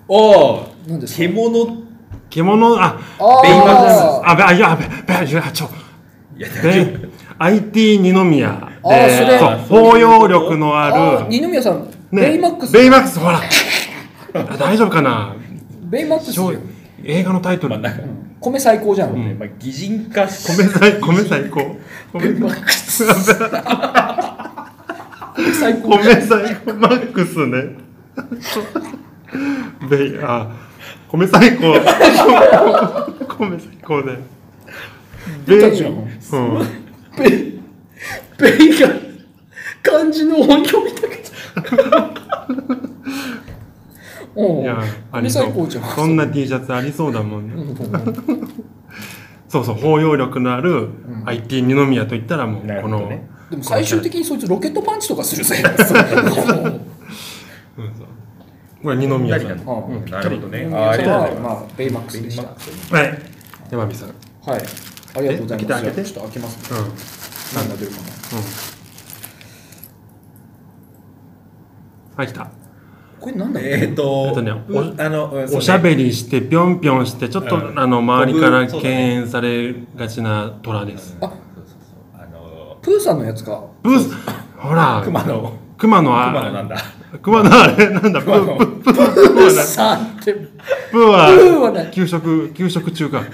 Speaker 3: おお
Speaker 2: 何ですか
Speaker 3: 獣
Speaker 1: 獣、あ、
Speaker 2: あー
Speaker 1: ベイマックス。あ、べ、あ、いや、べ、べ、いや、ちょ、
Speaker 3: いや大丈
Speaker 1: べ、IT 二宮
Speaker 2: あーそれ
Speaker 1: で、そう、包容力のあ
Speaker 2: あー
Speaker 1: る、
Speaker 2: 二宮さん、ベイマックス
Speaker 1: ベイマックス、ほら。あ大丈夫かな
Speaker 2: ベイマックス
Speaker 1: 超映画のタイト
Speaker 3: 夫ま
Speaker 1: ル
Speaker 3: あ。なんかね
Speaker 2: 米最高じゃん、
Speaker 3: まあ擬人化し
Speaker 1: 米最、米最高。
Speaker 2: ベイ
Speaker 1: 米
Speaker 2: マックス米最高じゃん
Speaker 1: 米最高、マックスね。ベイ、あ、米最高。米最高で。
Speaker 2: 出
Speaker 1: ベ
Speaker 2: たじゃん
Speaker 1: うん。
Speaker 2: ベイベイが漢字の音読みたけどおう
Speaker 1: いや、あり
Speaker 2: 米
Speaker 1: そ
Speaker 2: 最高じゃ。
Speaker 1: うんそんな T シャツありそうだもんね。
Speaker 2: うん
Speaker 1: そうそう、包容力のある
Speaker 2: ん
Speaker 1: IT 二宮といったらもう、
Speaker 3: なる
Speaker 1: こ
Speaker 3: ほど
Speaker 1: の
Speaker 3: ね
Speaker 2: でも最終的にそいつロケットパンチとかするぜそう
Speaker 1: これ二宮さん
Speaker 3: 何な
Speaker 2: ああ
Speaker 3: うんなるほどね。
Speaker 2: あ
Speaker 3: あありがとうござい
Speaker 2: ま
Speaker 3: ま
Speaker 2: あ、ベイマックス
Speaker 3: す。
Speaker 2: でした。はい。
Speaker 1: はい山火さんうん
Speaker 2: ありがとうございます。
Speaker 1: え開けて開けて
Speaker 2: ちょっと開けますね。何が出るかな。
Speaker 1: はい来た
Speaker 2: これなんだっけ
Speaker 3: えっ
Speaker 1: えっ
Speaker 3: と
Speaker 1: とねお
Speaker 3: うあのうんそうね
Speaker 1: おしゃべりしてぴょんぴょんしてちょっと、
Speaker 3: うん
Speaker 1: あの周りから
Speaker 3: 飛ぶ
Speaker 1: 敬遠されがちな虎です、
Speaker 2: あ
Speaker 3: そうそうそうあの
Speaker 2: プーさんのやつか。
Speaker 1: ブースほら
Speaker 3: 熊の
Speaker 1: 熊の
Speaker 3: 熊のなん
Speaker 1: あ
Speaker 3: だ。
Speaker 1: 熊のあれなんだプープープー
Speaker 2: プーさんって。
Speaker 1: プー
Speaker 2: プーは
Speaker 1: は
Speaker 2: ね
Speaker 1: 給食給食中かプ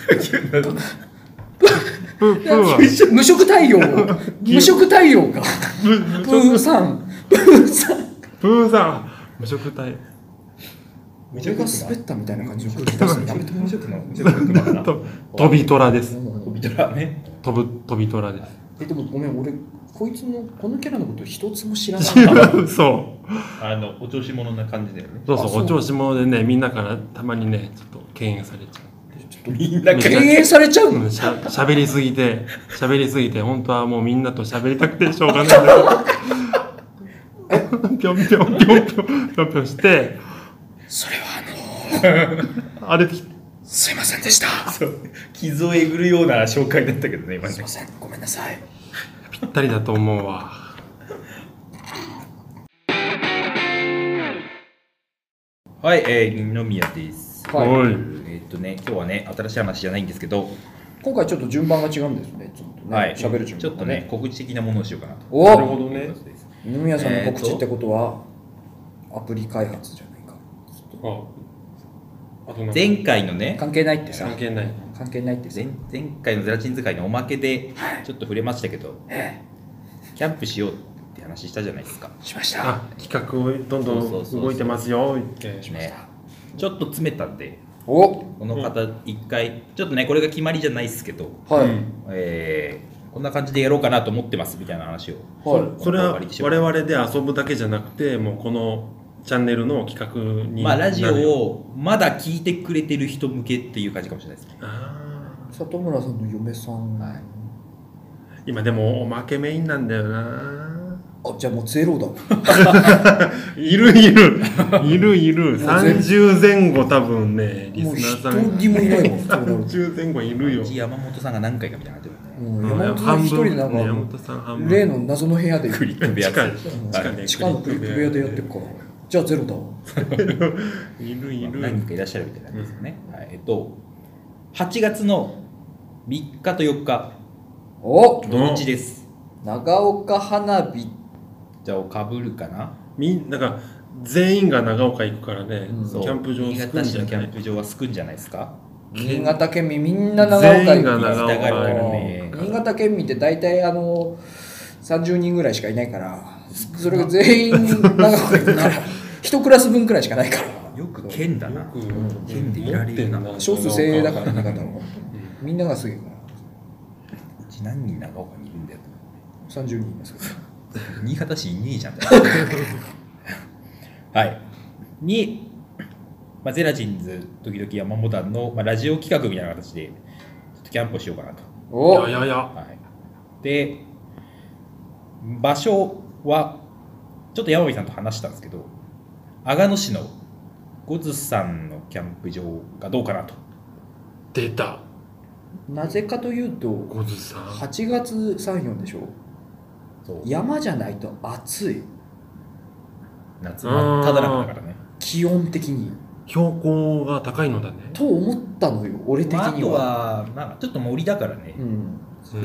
Speaker 1: ープーは
Speaker 2: 無色太 陽。無色太陽か。プーさん。プーさん。
Speaker 1: プーさん無色体
Speaker 3: 無
Speaker 2: 俺
Speaker 3: 職
Speaker 2: が
Speaker 3: 熊
Speaker 2: 滑ったみたいな感じの空気出すのやめてもら
Speaker 3: 無職の無職の熊だ。
Speaker 1: と飛び虎です
Speaker 3: 飛び 虎ね。
Speaker 1: 飛ぶ飛び虎です
Speaker 2: え、でもごめん、俺、こいつの、このキャラのこと一つも知らな い。
Speaker 1: そう
Speaker 3: あのお調子者な感じだよね。
Speaker 1: そうそ
Speaker 2: あ
Speaker 1: う
Speaker 2: そう
Speaker 1: お調子者でねみんなからたまにねちょっと敬遠されちゃ
Speaker 3: みんな
Speaker 2: 敬
Speaker 3: け
Speaker 2: 遠されちゃう
Speaker 1: う、う
Speaker 2: の
Speaker 1: ん、しゃしゃべりすぎてしゃべりすぎて本当はもうみんなとしゃべりたくてしょうがないんだけど ぴょんぴょんぴょんぴょんぴょんぴょんして
Speaker 2: それはあの、
Speaker 1: あれき
Speaker 2: すいませんでした。
Speaker 3: そう傷をえぐるような紹介だったけどね今ね
Speaker 2: すいません、ごめんなさい。
Speaker 1: ぴったりだと思うわ
Speaker 3: はい、えー、二宮です。
Speaker 2: はい
Speaker 1: おい
Speaker 3: えーっとね、今日はね、新しい話じゃないんですけど、
Speaker 2: 今回ちょっと順番が違うんですね。ちょっとね、
Speaker 3: はい、
Speaker 2: 喋る順番が
Speaker 3: ちょっとね、。告知的なものをしようかなと。
Speaker 2: おなる
Speaker 1: ほどね
Speaker 3: いうことです
Speaker 2: 二宮さんの告知ってことは、アプリ開発じゃないか。
Speaker 1: ああとなんか
Speaker 3: 前回のね、
Speaker 2: 関係ないってさ
Speaker 1: 関、係ない
Speaker 2: 関係ないってさ
Speaker 3: 前、前回のゼラチン使いのおまけで、ちょっと触れましたけど、
Speaker 2: え
Speaker 3: キャンプしようって話したじゃないですか。
Speaker 2: え、しました。
Speaker 1: あ企画をどんど
Speaker 3: そうそうそ
Speaker 1: ん
Speaker 3: う
Speaker 1: 動いてますよ言って
Speaker 3: ね、ちょっと詰めたんで、
Speaker 2: お
Speaker 3: この方、一回、ちょっとね、これが決まりじゃないですけど、
Speaker 2: はい、
Speaker 3: えー、こんな感じでやろうかなと思ってますみたいな話を。
Speaker 2: はい。
Speaker 1: それは
Speaker 3: 終わりにしよう
Speaker 1: 我々で遊ぶだけじゃなくてもうこのチャンネルの企画に
Speaker 3: まあ、ラジ
Speaker 1: なる
Speaker 3: オ
Speaker 1: よ
Speaker 3: をまだ聞いてくれてる人向けっていう感じかもしれないですね。
Speaker 1: あ
Speaker 2: 里村さんの嫁さん、
Speaker 3: はい
Speaker 1: ー今でもおまけメインなんだよな
Speaker 2: あ、じゃあもうゼロだ。
Speaker 1: いるいるいるいる30前後多分ねリス
Speaker 2: もう
Speaker 1: ナ
Speaker 2: 一
Speaker 1: ーさん
Speaker 2: 人もいないもん、そうなると
Speaker 1: 30前後いるよ
Speaker 3: うち山本さんが何回かみたいな感じだよね。
Speaker 2: もう山本さん一人でなん
Speaker 1: ね山本
Speaker 2: か、
Speaker 1: さん半分
Speaker 2: 例の謎の部屋で、
Speaker 3: クリック部屋
Speaker 1: 近い
Speaker 3: はい
Speaker 1: ね
Speaker 2: 地下のクリック部屋でやってるから、じゃあゼロだわ。
Speaker 1: いるいる
Speaker 3: 何人かいらっしゃるみたいな感じですよね。はい、えっと、8月の3日と4日、
Speaker 2: お
Speaker 3: 土日です。
Speaker 2: 長岡花火
Speaker 3: じゃあ、かぶるかな。
Speaker 1: みんなんか全員が長岡行くからね、
Speaker 2: うん
Speaker 1: キ
Speaker 3: そう
Speaker 1: ャンプ場
Speaker 3: 新潟
Speaker 1: 作ん
Speaker 3: 市
Speaker 1: じゃ
Speaker 3: のキ
Speaker 1: な
Speaker 3: ャン
Speaker 1: い
Speaker 3: プ場はすくんじゃないですか。
Speaker 2: 新潟県民みんな長岡
Speaker 1: 全員
Speaker 2: 行
Speaker 1: が
Speaker 2: く
Speaker 1: 長岡
Speaker 3: 行きたがるから
Speaker 2: う
Speaker 3: ね
Speaker 2: ん。新潟県民って大体あの30人ぐらいしかいないからそれが全員長岡行くから一クラス分くらいしかないから
Speaker 3: よく県だな。
Speaker 1: 県
Speaker 3: でいられるな
Speaker 2: 少数精鋭だから新潟のみんながすげえから
Speaker 3: うち何人長岡にいるんだよ。
Speaker 2: 30人いますけど
Speaker 3: 新潟市いねえじゃん。はい。に、まあ、ゼラチンズ時々山本団の、まあ、ラジオ企画みたいな形で、ちょっとキャンプをしようかな
Speaker 1: い
Speaker 3: と。
Speaker 2: お
Speaker 1: やいやいや
Speaker 3: はい、で、場所は、ちょっと山美さんと話したんですけど、阿賀野市のゴズさんのキャンプ場がどうかなと。
Speaker 1: 出た
Speaker 2: なぜかというと
Speaker 1: 小津さん
Speaker 2: 8月34でしょ
Speaker 3: そう
Speaker 2: 山じゃないと暑い
Speaker 3: 夏真っただ中だからね。
Speaker 2: 気温的に
Speaker 1: 標高が高いのだね
Speaker 2: と思ったのよ俺的
Speaker 3: まあ、あ
Speaker 2: に
Speaker 3: と
Speaker 2: は、
Speaker 3: は、まあ、ちょっと森だからね
Speaker 2: う。ん、
Speaker 1: う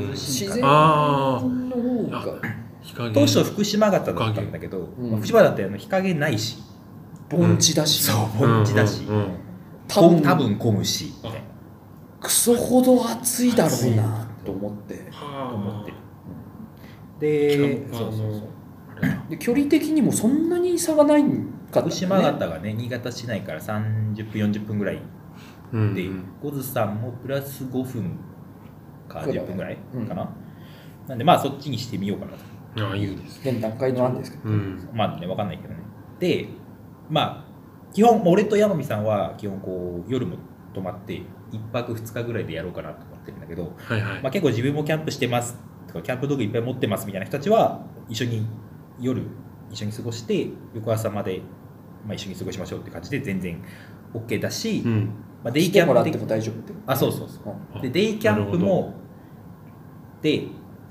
Speaker 1: ん
Speaker 2: 自然の
Speaker 1: あー
Speaker 2: 方が
Speaker 1: 日陰
Speaker 3: 当初福島型だったんだけど、
Speaker 2: うん
Speaker 3: まあ福島だったらあの日陰ないし、
Speaker 2: 盆地だし、
Speaker 3: 盆地だし、
Speaker 1: うんうんうん
Speaker 2: 多分
Speaker 3: 多分混むし、みたいな
Speaker 2: クソほど暑いだろうなと思って
Speaker 3: と思って
Speaker 1: は。
Speaker 3: るで、
Speaker 1: あ
Speaker 3: そうそうそう
Speaker 2: で距離的にもそんなに差がないんかったんだね
Speaker 3: 福島型がね、新潟市内から30分、40分ぐらい
Speaker 1: あうん
Speaker 3: で、ゴズさんもプラス5分か10分ぐらい
Speaker 2: うん
Speaker 3: かな。なんで、まあそっちにしてみようかなと。
Speaker 1: ああいいです
Speaker 2: 現段階の案ですけど
Speaker 1: うん
Speaker 3: まあね、わかんないけどね。で、まあ、基本、俺と山美さんは基本こう、夜も泊まって、1泊2日ぐらいでやろうかなと思ってるんだけど、
Speaker 1: はいはい
Speaker 3: まあ、結構自分もキャンプしてますとかキャンプ道具いっぱい持ってますみたいな人たちは一緒に夜一緒に過ごして翌朝まで、まあ、一緒に過ごしましょうって感じで全然 OK だし、
Speaker 1: うん。
Speaker 3: まあ、デ
Speaker 2: で、
Speaker 3: イ
Speaker 2: 来て
Speaker 3: キャ
Speaker 2: もら
Speaker 3: ン
Speaker 2: っ
Speaker 3: プ
Speaker 2: て
Speaker 3: 的
Speaker 2: も大丈夫って。
Speaker 3: あそうそうそう
Speaker 2: うん
Speaker 1: あ
Speaker 3: でデイキャンプ
Speaker 1: なるほ
Speaker 3: もで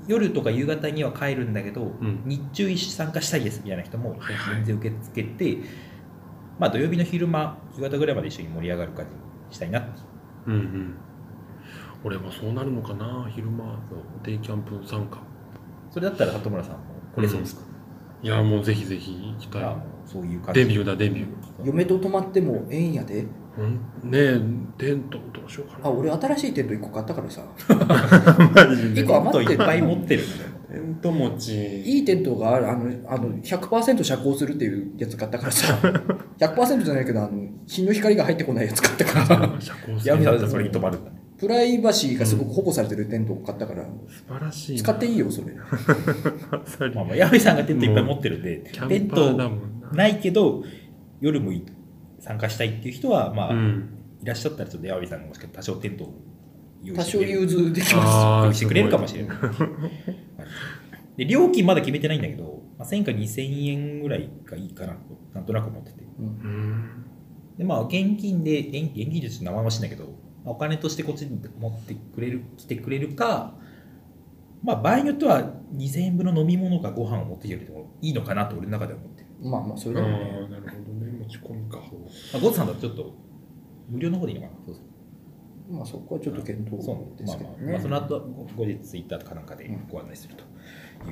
Speaker 3: 夜とか夕方には帰るんだけど、
Speaker 1: ん
Speaker 3: 日中一緒参加したいですみたいな人も全然受け付けて、まあ、土曜日の昼間夕方ぐらいまで一緒に盛り上がる感じにしたいなって
Speaker 1: どうんうん。俺もそうなるのかな、昼間、デイキャンプ参加。
Speaker 3: それだったら里村さんも来れそうですか、
Speaker 1: いや、もうぜひぜひ行き
Speaker 3: あ
Speaker 1: た
Speaker 3: もうそういう
Speaker 1: い。
Speaker 3: 感じ
Speaker 1: デビューだ、デビュー。
Speaker 2: 嫁と泊まってもええんやで。
Speaker 1: うん、ねえ、テントどうしようかな。
Speaker 2: あ、俺新しいテント1個買ったからさ。
Speaker 1: マジ
Speaker 2: 一個余って
Speaker 3: い
Speaker 2: る
Speaker 3: っぱい持ってるん だよ
Speaker 1: テント持ち。
Speaker 2: いいテントがある、あの、あの100%遮光するっていうやつ買ったから さ。100%じゃないけど、あの、日の光が入ってこないやつ買ったからさ。
Speaker 1: 社交性
Speaker 3: 矢部さんだったらそれに泊まるんだね
Speaker 2: プライバシーがすごく保護されてるテントを買ったから、
Speaker 1: 素晴らしいな。
Speaker 2: 使っていいよ、それ。
Speaker 1: サリ
Speaker 3: まあまあ矢部さんがテントいっぱい持ってるんで
Speaker 1: キャ
Speaker 3: テン
Speaker 1: ンパーだ
Speaker 3: ト
Speaker 1: もんな。
Speaker 3: ないけど夜もい参加したいっていう人はまあ、
Speaker 1: うん。
Speaker 3: いらっしゃったらちょっと矢部さんがもしかしたら多少テントを用
Speaker 2: 多
Speaker 3: 意して
Speaker 2: 少
Speaker 3: くれ
Speaker 2: 融
Speaker 3: る
Speaker 2: 通できま
Speaker 1: あ
Speaker 3: 用
Speaker 1: あ、
Speaker 3: 意してくれるかもしれ
Speaker 1: い。
Speaker 3: ない はいで料金まだ決めてないんだけど、まあ、1000円か2000円ぐらいがいいかなとなんとなく思ってて
Speaker 1: うん。
Speaker 3: でまあ現金で現現金でちょっと名前は知んないけど、まあお金としてこっちに持ってくれる来てくれるかまあ場合によっては2000円分の飲み物かご飯を持ってきてくれてもいいのかなと俺の中では思ってる、
Speaker 2: す。まあまあ、それ
Speaker 1: ああ、
Speaker 2: で
Speaker 1: な
Speaker 2: も
Speaker 1: る
Speaker 2: ね。
Speaker 1: ほどね。持ち込みか。
Speaker 3: まあ、ゴッツさんだとちょっと無料の方でいいのかなそうそう
Speaker 2: まあそこはちょっと検討
Speaker 3: そう
Speaker 2: で
Speaker 3: ますあ
Speaker 2: け
Speaker 3: ま
Speaker 2: ど
Speaker 3: あ、まあ、その
Speaker 2: ね。
Speaker 3: 後は後後日ツイッターとかなんかでご案内するという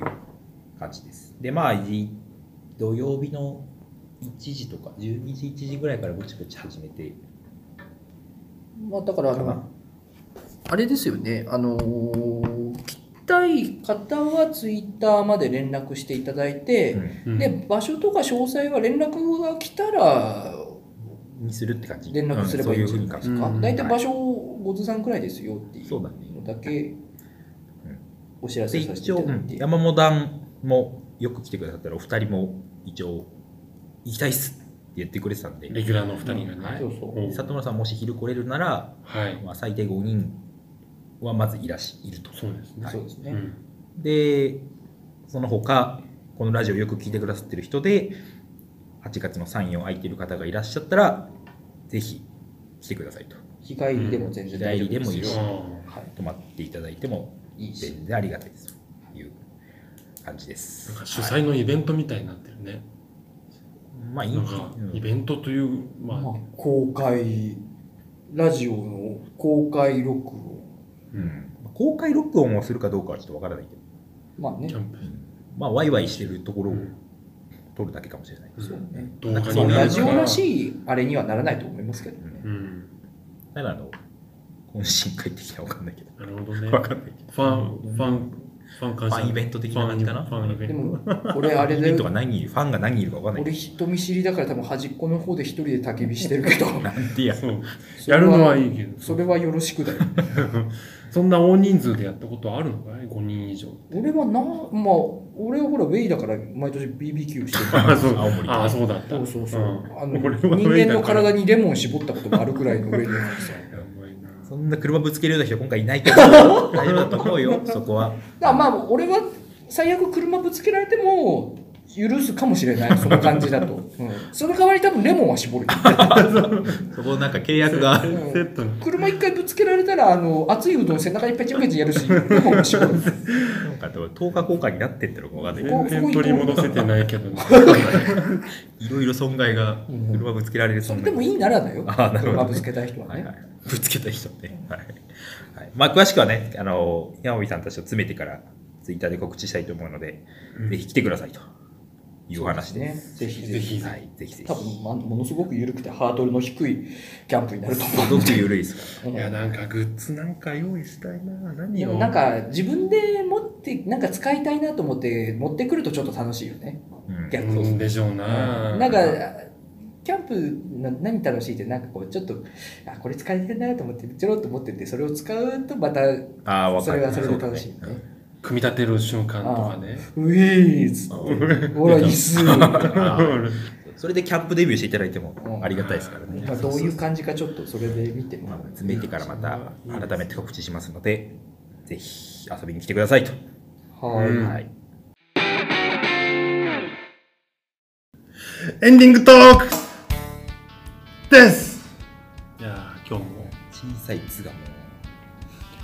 Speaker 3: 感じです。で、まあ、い土曜日の1時とか、12時、1時ぐらいからぼちぼち始めて
Speaker 2: まあだからあ
Speaker 3: かな
Speaker 2: の、。あれですよね、あのー、聞きたい方はツイッターまで連絡していただいて、
Speaker 1: うん
Speaker 2: で、場所とか詳細は連絡が来たら、
Speaker 3: にするって感じ。
Speaker 2: 連絡すればいいんじゃないですか。
Speaker 1: うんうん
Speaker 2: 大体場所ごずさんくらいですよってい
Speaker 3: そう
Speaker 2: う
Speaker 3: だね。
Speaker 2: のだけお知ら
Speaker 3: で
Speaker 2: せさせて
Speaker 3: 一
Speaker 2: い
Speaker 3: 応、
Speaker 2: ただいて。
Speaker 3: 山本団もよく来てくださったら、お二人も一応、行きたいっすって言ってくれてたんで、
Speaker 1: レギュラーのお二人がね。
Speaker 2: そうそう
Speaker 1: お
Speaker 3: 里村さんもし昼来れるなら、
Speaker 1: はい。
Speaker 3: まあ、最低5人はまずいらしいると。
Speaker 1: そうですね。
Speaker 2: そうですね。
Speaker 1: うん。
Speaker 3: でその他このラジオよく聞いてくださってる人で8月の34空いてる方がいらっしゃったらぜひ来てくださいと
Speaker 2: 日帰りでも全然大丈夫ですよ。
Speaker 3: 日帰りでもいいし
Speaker 1: あ
Speaker 2: はい
Speaker 3: 泊まっていただいても
Speaker 2: いいし
Speaker 3: 全然ありがたいですという感じで
Speaker 1: あ
Speaker 3: す
Speaker 1: なんか主
Speaker 3: はい
Speaker 1: 催のイベントみたいになってるね。
Speaker 3: まあいい
Speaker 1: なんん
Speaker 3: じゃ
Speaker 1: か
Speaker 3: うん
Speaker 1: イベントという、ま
Speaker 2: まあ
Speaker 1: あ、、
Speaker 2: 公開ラジオの公開録音
Speaker 3: うん公開録音をするかどうかはちょっとわからないけど、
Speaker 2: まあね
Speaker 1: キャンプ。
Speaker 3: まあ、ワイワイしてるところを
Speaker 1: うん
Speaker 3: 撮るだけかもしれない、
Speaker 2: そうね
Speaker 1: 動画になる
Speaker 2: そう
Speaker 1: から
Speaker 2: ラジオらしいあれにはならないと思いますけどね、
Speaker 1: うん。
Speaker 3: ただあの懇親会的なわかんないけど
Speaker 1: なるほどね。
Speaker 3: わかんないけど
Speaker 1: ファン、ファン、ファン感謝。
Speaker 3: ファンイベント的な感じかな
Speaker 1: ファンファンイベン
Speaker 2: で
Speaker 1: ト。
Speaker 2: も俺あれ
Speaker 3: イ
Speaker 2: だ
Speaker 3: ベントが
Speaker 2: よ
Speaker 3: 何人いるファンが何人いるかわかんないけ
Speaker 2: 俺
Speaker 3: ど
Speaker 2: 人見知りだから多分端っこの方で一人で焚き火してるけど
Speaker 3: なんてや
Speaker 1: そう。やるのはいいけど。
Speaker 2: それはよろしくだよ
Speaker 1: そんな大人数でやったことあるのかい ?5 人以上。
Speaker 2: 俺はなまあ俺はほらウェイだから毎年 BBQ してる
Speaker 1: あそう
Speaker 3: 青森
Speaker 1: あそうだった。
Speaker 2: そうそうそう、
Speaker 1: ん
Speaker 2: あの
Speaker 1: 俺は
Speaker 2: 人間の体にレモン絞ったこともあるくらいのウェイなんですよ
Speaker 1: やばいな。
Speaker 3: そんな車ぶつけるような人今回いな いけど大丈夫だと思うよそこは
Speaker 2: だからまあ俺は最悪車ぶつけられても許すかもしれないその感じだと、うんその代わり多分レモンは絞るよ
Speaker 3: そこなんか契約が
Speaker 1: セットの。
Speaker 2: 車一回ぶつけられたらあの熱いうどん背中にペチペチやるしレモンは絞る
Speaker 3: なんか10日交換になってってのかわかんないけど
Speaker 1: 全然取り戻せてないけど、ね、
Speaker 3: いろいろ損害が
Speaker 2: うん
Speaker 3: 車ぶつけられる
Speaker 2: そ
Speaker 3: 損
Speaker 2: れ
Speaker 3: 害
Speaker 2: でもいいならだよ
Speaker 3: ああなるほど
Speaker 2: 車ぶつけたい人はね、
Speaker 3: はいはい、ぶつけた人ね、はいはいまあ、詳しくはねあの山尾さんたちを詰めてからツイッターで告知したいと思うので、ぜひ来てくださいというお話
Speaker 2: ね
Speaker 3: です、
Speaker 2: ぜひぜひ
Speaker 1: ぜひ
Speaker 3: はい、ぜひぜひ
Speaker 2: 多分、ま、ものすごく緩くてハードルの低いキャンプになると
Speaker 3: すごく緩いですから
Speaker 2: 思う
Speaker 1: いや、なんかグッズなんか用意したいな。何
Speaker 2: で
Speaker 1: を
Speaker 2: もなんか自分で持ってなんか使いたいなと思って持ってくるとちょっと楽しいよね
Speaker 3: うん
Speaker 2: 逆
Speaker 1: う
Speaker 2: に
Speaker 1: んでしょうな。
Speaker 2: なんかキャンプな何楽しいってなんかこうちょっとあこれ使いたいなと思ってちょろっと持っててそれを使うとまた
Speaker 3: ああわ
Speaker 2: そ
Speaker 3: か
Speaker 2: れ
Speaker 3: る
Speaker 2: はそれで楽しいね
Speaker 3: そうだね
Speaker 1: 組み立てる瞬間とかね。
Speaker 2: ウェーズほら椅子
Speaker 3: あー
Speaker 1: うん
Speaker 3: それでキャンプデビューしていただいてもありがたいですからね。
Speaker 2: まあどういう感じかちょっとそれで見ても
Speaker 3: まあ
Speaker 2: らう
Speaker 3: 詰めてからまた改めて告知しますので、ぜひ遊びに来てくださいと
Speaker 2: は
Speaker 1: うん
Speaker 3: はい
Speaker 1: エンディングトークですいやー今日も
Speaker 3: 小さい「つ」がも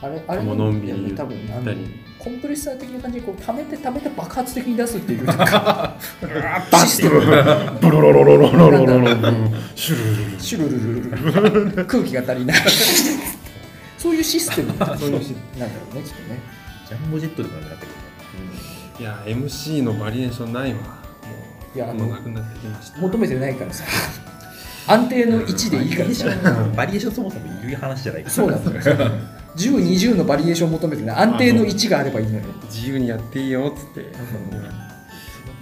Speaker 2: あれ、あれ
Speaker 1: もうのんびり
Speaker 2: でも多分あ
Speaker 1: ゆった
Speaker 2: の
Speaker 1: り
Speaker 2: コンプレッサー的な感じでこう溜めて溜めて爆発的に出すっていうなんか
Speaker 1: バッてブロロロロロロロロロシュルルルル
Speaker 2: シュルルルルルル空気が足りないそういうシステムなんだろうねきっとね
Speaker 3: うジャンボジェットでもなくなったけどね
Speaker 1: いや MC のバリエーションないわもう
Speaker 2: いやあの
Speaker 1: もうなくなってきました
Speaker 2: 求めてないからさ安定の1でいいからさ
Speaker 3: バリエーションそもそもいる話じゃないから
Speaker 2: そうなんだよ1020のバリエーションを求めてない安定の1があればいいのよ
Speaker 1: 自由にやっていいよっつって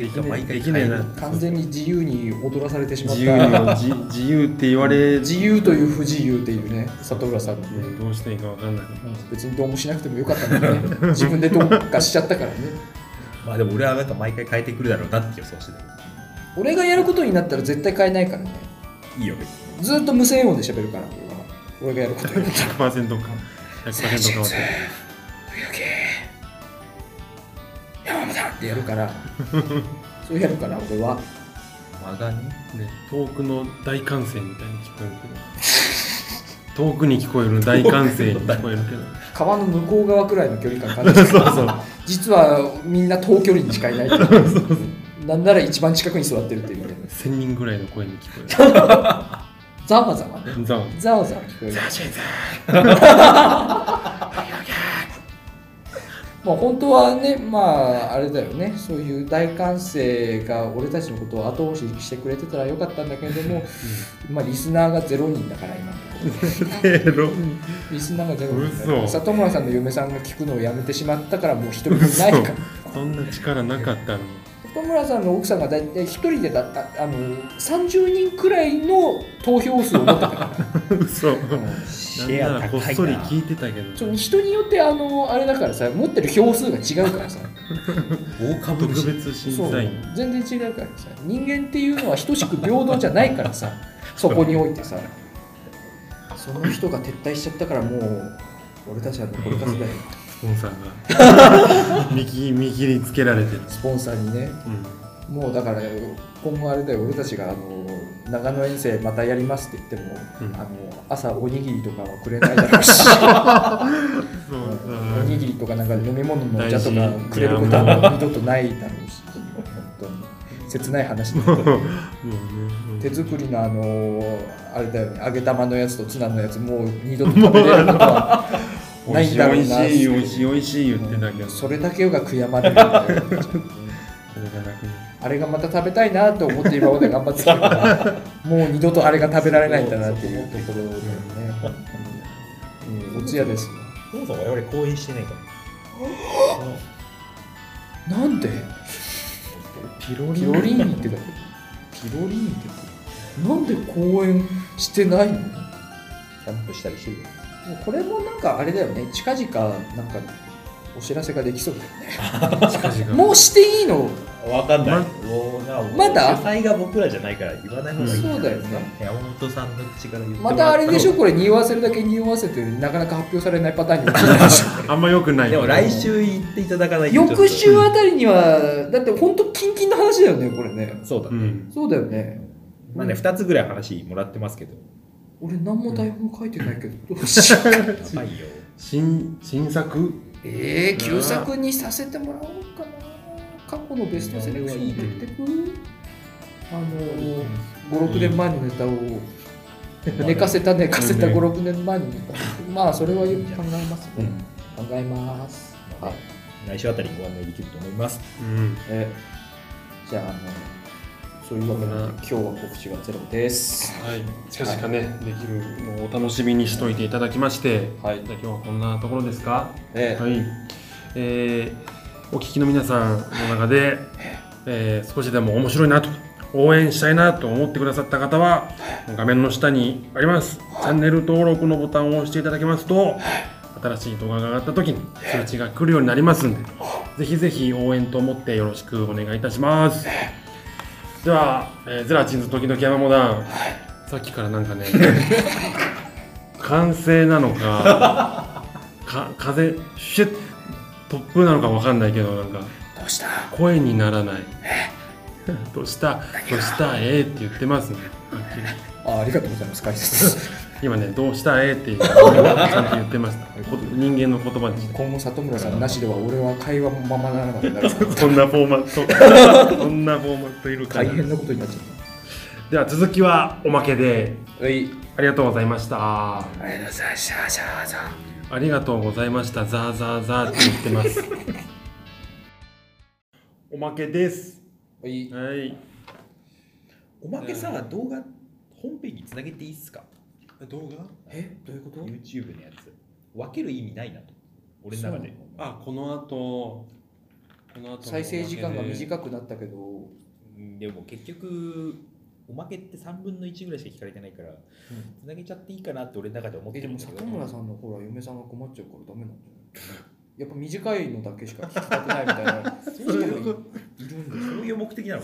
Speaker 3: でき毎回
Speaker 1: できねえな
Speaker 2: 完全に自由に踊らされてしまっ
Speaker 1: 自由
Speaker 2: た
Speaker 1: よじ自由って言われ
Speaker 2: 自由という不自由っていうね里浦さんの
Speaker 1: うんどうしていいかわかんない
Speaker 2: 別にどうもしなくてもよかったんだ よね自分でどうかしちゃったからね
Speaker 3: まあでも俺はなんか毎回変えてくるだろうなって予想してたけど
Speaker 2: 俺がやることになったら絶対変えないからね
Speaker 3: いいよ別に
Speaker 2: ずっと無声音で喋るから俺は俺がやることになったら
Speaker 1: 100%か100%変わって
Speaker 2: 山本だってや るからそうやるから俺は
Speaker 3: 間がね
Speaker 1: るね遠くの大歓声みたいに聞こえるけど遠くに聞こえる大歓声に聞こえるけど
Speaker 2: 川の向こう側くらいの距離感感じて
Speaker 1: そうそう
Speaker 2: 実はみんな遠距離にしかいないっ ていうなんなら一番近くに座ってるっていうね
Speaker 1: 1000人ぐらいの声に聞こ
Speaker 2: ざわざわね
Speaker 1: えるザワ
Speaker 2: ざわざわ聞こえるまあ本当はねまああれだよねそういう大歓声が俺たちのことを後押ししてくれてたらよかったんだけれども、まあリスナーが0人だから今のところ
Speaker 1: ゼロ
Speaker 2: リスナーがゼロ人だから
Speaker 1: 嘘
Speaker 2: 里村さんの嫁さんが聞くのをやめてしまったからもう一人もいないから
Speaker 1: そんな力なかったのに
Speaker 2: 里村さんの奥さんが大体一人でだああの30人くらいの投票数を持ってたから
Speaker 1: 嘘
Speaker 3: シ
Speaker 1: なん
Speaker 3: ェ
Speaker 1: な
Speaker 3: ア
Speaker 1: ら
Speaker 3: 高
Speaker 1: こ
Speaker 3: い
Speaker 1: っ
Speaker 3: な
Speaker 1: そり聞いてたけど
Speaker 2: ちょ人によってあのあれだからさ持ってる票数が違うからさ
Speaker 3: 大株
Speaker 1: 特
Speaker 3: 主
Speaker 1: 別
Speaker 2: そ
Speaker 1: 審
Speaker 2: う
Speaker 1: 査員
Speaker 2: 全然違うからさ人間っていうのは等しく平等じゃないからさそこにおいてさその人が撤退しちゃったからもう俺たちは残りかせだよ
Speaker 1: スポンサーが見切り見切りつけられてる、
Speaker 2: スポンサーにね
Speaker 1: うん
Speaker 2: もうだから今後あれだよ俺たちがあの長野遠征またやりますって言っても、
Speaker 1: うん
Speaker 2: あの朝おにぎりとかはくれないだろうし
Speaker 1: そう
Speaker 2: おにぎりとかなんか飲み物のお茶と
Speaker 1: 大
Speaker 2: か
Speaker 1: 事
Speaker 2: くれることは二度とないだろうし本当に切ない話になってる
Speaker 1: もうね、 うん
Speaker 2: 手作りのあのあれだよね揚げ玉のやつとツナのやつもう二度と食べれることはないんだろうな
Speaker 1: 美味しい美味しい美味しい言ってたけど
Speaker 2: それだけが悔やまれるんだよ
Speaker 1: それがなくな
Speaker 2: あれがまた食べたいなと思って今まで頑張ってきたからもう二度とあれが食べられないんだなっていうところだよねうんおつやです
Speaker 3: そもそも我々公演してないから
Speaker 2: なんで
Speaker 1: ピロ
Speaker 2: ピロリンってだけピロリンってなんで公演してないの
Speaker 3: キャンプしたりしてる
Speaker 2: これもなんかあれだよね近々なんかお知らせができそうだよね
Speaker 1: 近々
Speaker 2: もうしていいの
Speaker 3: わかんない
Speaker 1: ま
Speaker 2: まだ
Speaker 3: 主催が僕らじゃないから言わない方がいい
Speaker 2: そうだよね
Speaker 3: 山本さんの口から言って
Speaker 2: ま
Speaker 3: もらった
Speaker 2: たあれでしょ
Speaker 3: 方
Speaker 2: これ匂わせるだけ匂わせてなかなか発表され ないパターンに陥るでしょ
Speaker 1: あんま良くな
Speaker 3: が
Speaker 1: い
Speaker 3: でも来週行っていただかないと
Speaker 2: 翌週あたりにはだって本当キンキンの話だよねこれね
Speaker 3: そうだ
Speaker 1: う
Speaker 3: ね、
Speaker 1: ん
Speaker 2: そうだよね
Speaker 3: まあね2つぐらい話もらってますけど
Speaker 2: 俺何も台本書いてないけ どどうしよう
Speaker 3: やばいよ
Speaker 1: 新新作
Speaker 2: えー、旧作にさせてもらおうかな過去のベストセレクション出てくあの56年前のネタを寝かせた寝かせた56年前のネタまあそれはよく考えますね考えます
Speaker 3: まあね来週あたりにご案内できると思います
Speaker 1: うん
Speaker 2: えじゃああのそういうわけなので
Speaker 1: うん
Speaker 2: 今日は告知がゼロです
Speaker 1: はい近々ねできるのをお楽しみにしといていただきまして
Speaker 2: はい
Speaker 1: じゃあ今日はこんなところですか
Speaker 2: え
Speaker 1: はいえーお聞きの皆さんの中で、えー少しでも面白いなと応援したいなと思ってくださった方は画面の下にありますチャンネル登録のボタンを押していただけますと新しい動画が上がった時に通知が来るようになりますんでぜひぜひ応援と思ってよろしくお願いいたしますでは、えーゼラチンズ時々山モダンさっきからなんかね 完成なのかか風シュッポップなのかわかんないけどなんか
Speaker 2: どうした
Speaker 1: 声にならないどうしたどうしたええって言ってますねはっきり
Speaker 2: あありがとうございます解 説
Speaker 1: 今ねどうしたええって言ってちゃんと言ってま したこ人間の言葉でした
Speaker 2: 今後里村さんなしでは俺は会話もままならなくなる
Speaker 1: そんなフォーマッ トそんなフォーマットいるか
Speaker 2: 大
Speaker 1: ら
Speaker 2: 変なことになっちゃっ
Speaker 1: では続きはおまけで
Speaker 2: たはい
Speaker 1: ありがとうございましたあ
Speaker 2: ありがとうございましたじゃあじゃあ
Speaker 1: りがとうございましたザーザーザーって言ってます おまけです
Speaker 2: はい
Speaker 1: はい
Speaker 3: おまけさ、動画本編につなげていいっすか
Speaker 4: 動画
Speaker 2: えどういうこと
Speaker 3: ?YouTube のやつ分ける意味ないなと俺の中で
Speaker 4: あこの後この後
Speaker 2: 再生時間が 短くなったけど
Speaker 3: うんでも結局おまけって3分の1ぐらいしか聞かれてないから、つなげちゃっていいかなって俺の中で思っ
Speaker 2: えで
Speaker 3: てるん
Speaker 2: も
Speaker 3: だけ
Speaker 2: 里
Speaker 3: ど
Speaker 2: 村さんのほら嫁さんが困っちゃうからダメなんじゃないやっぱ短いのだけしか聞きたくないみたいな そういう人もいいるんで
Speaker 3: そういう目 的なの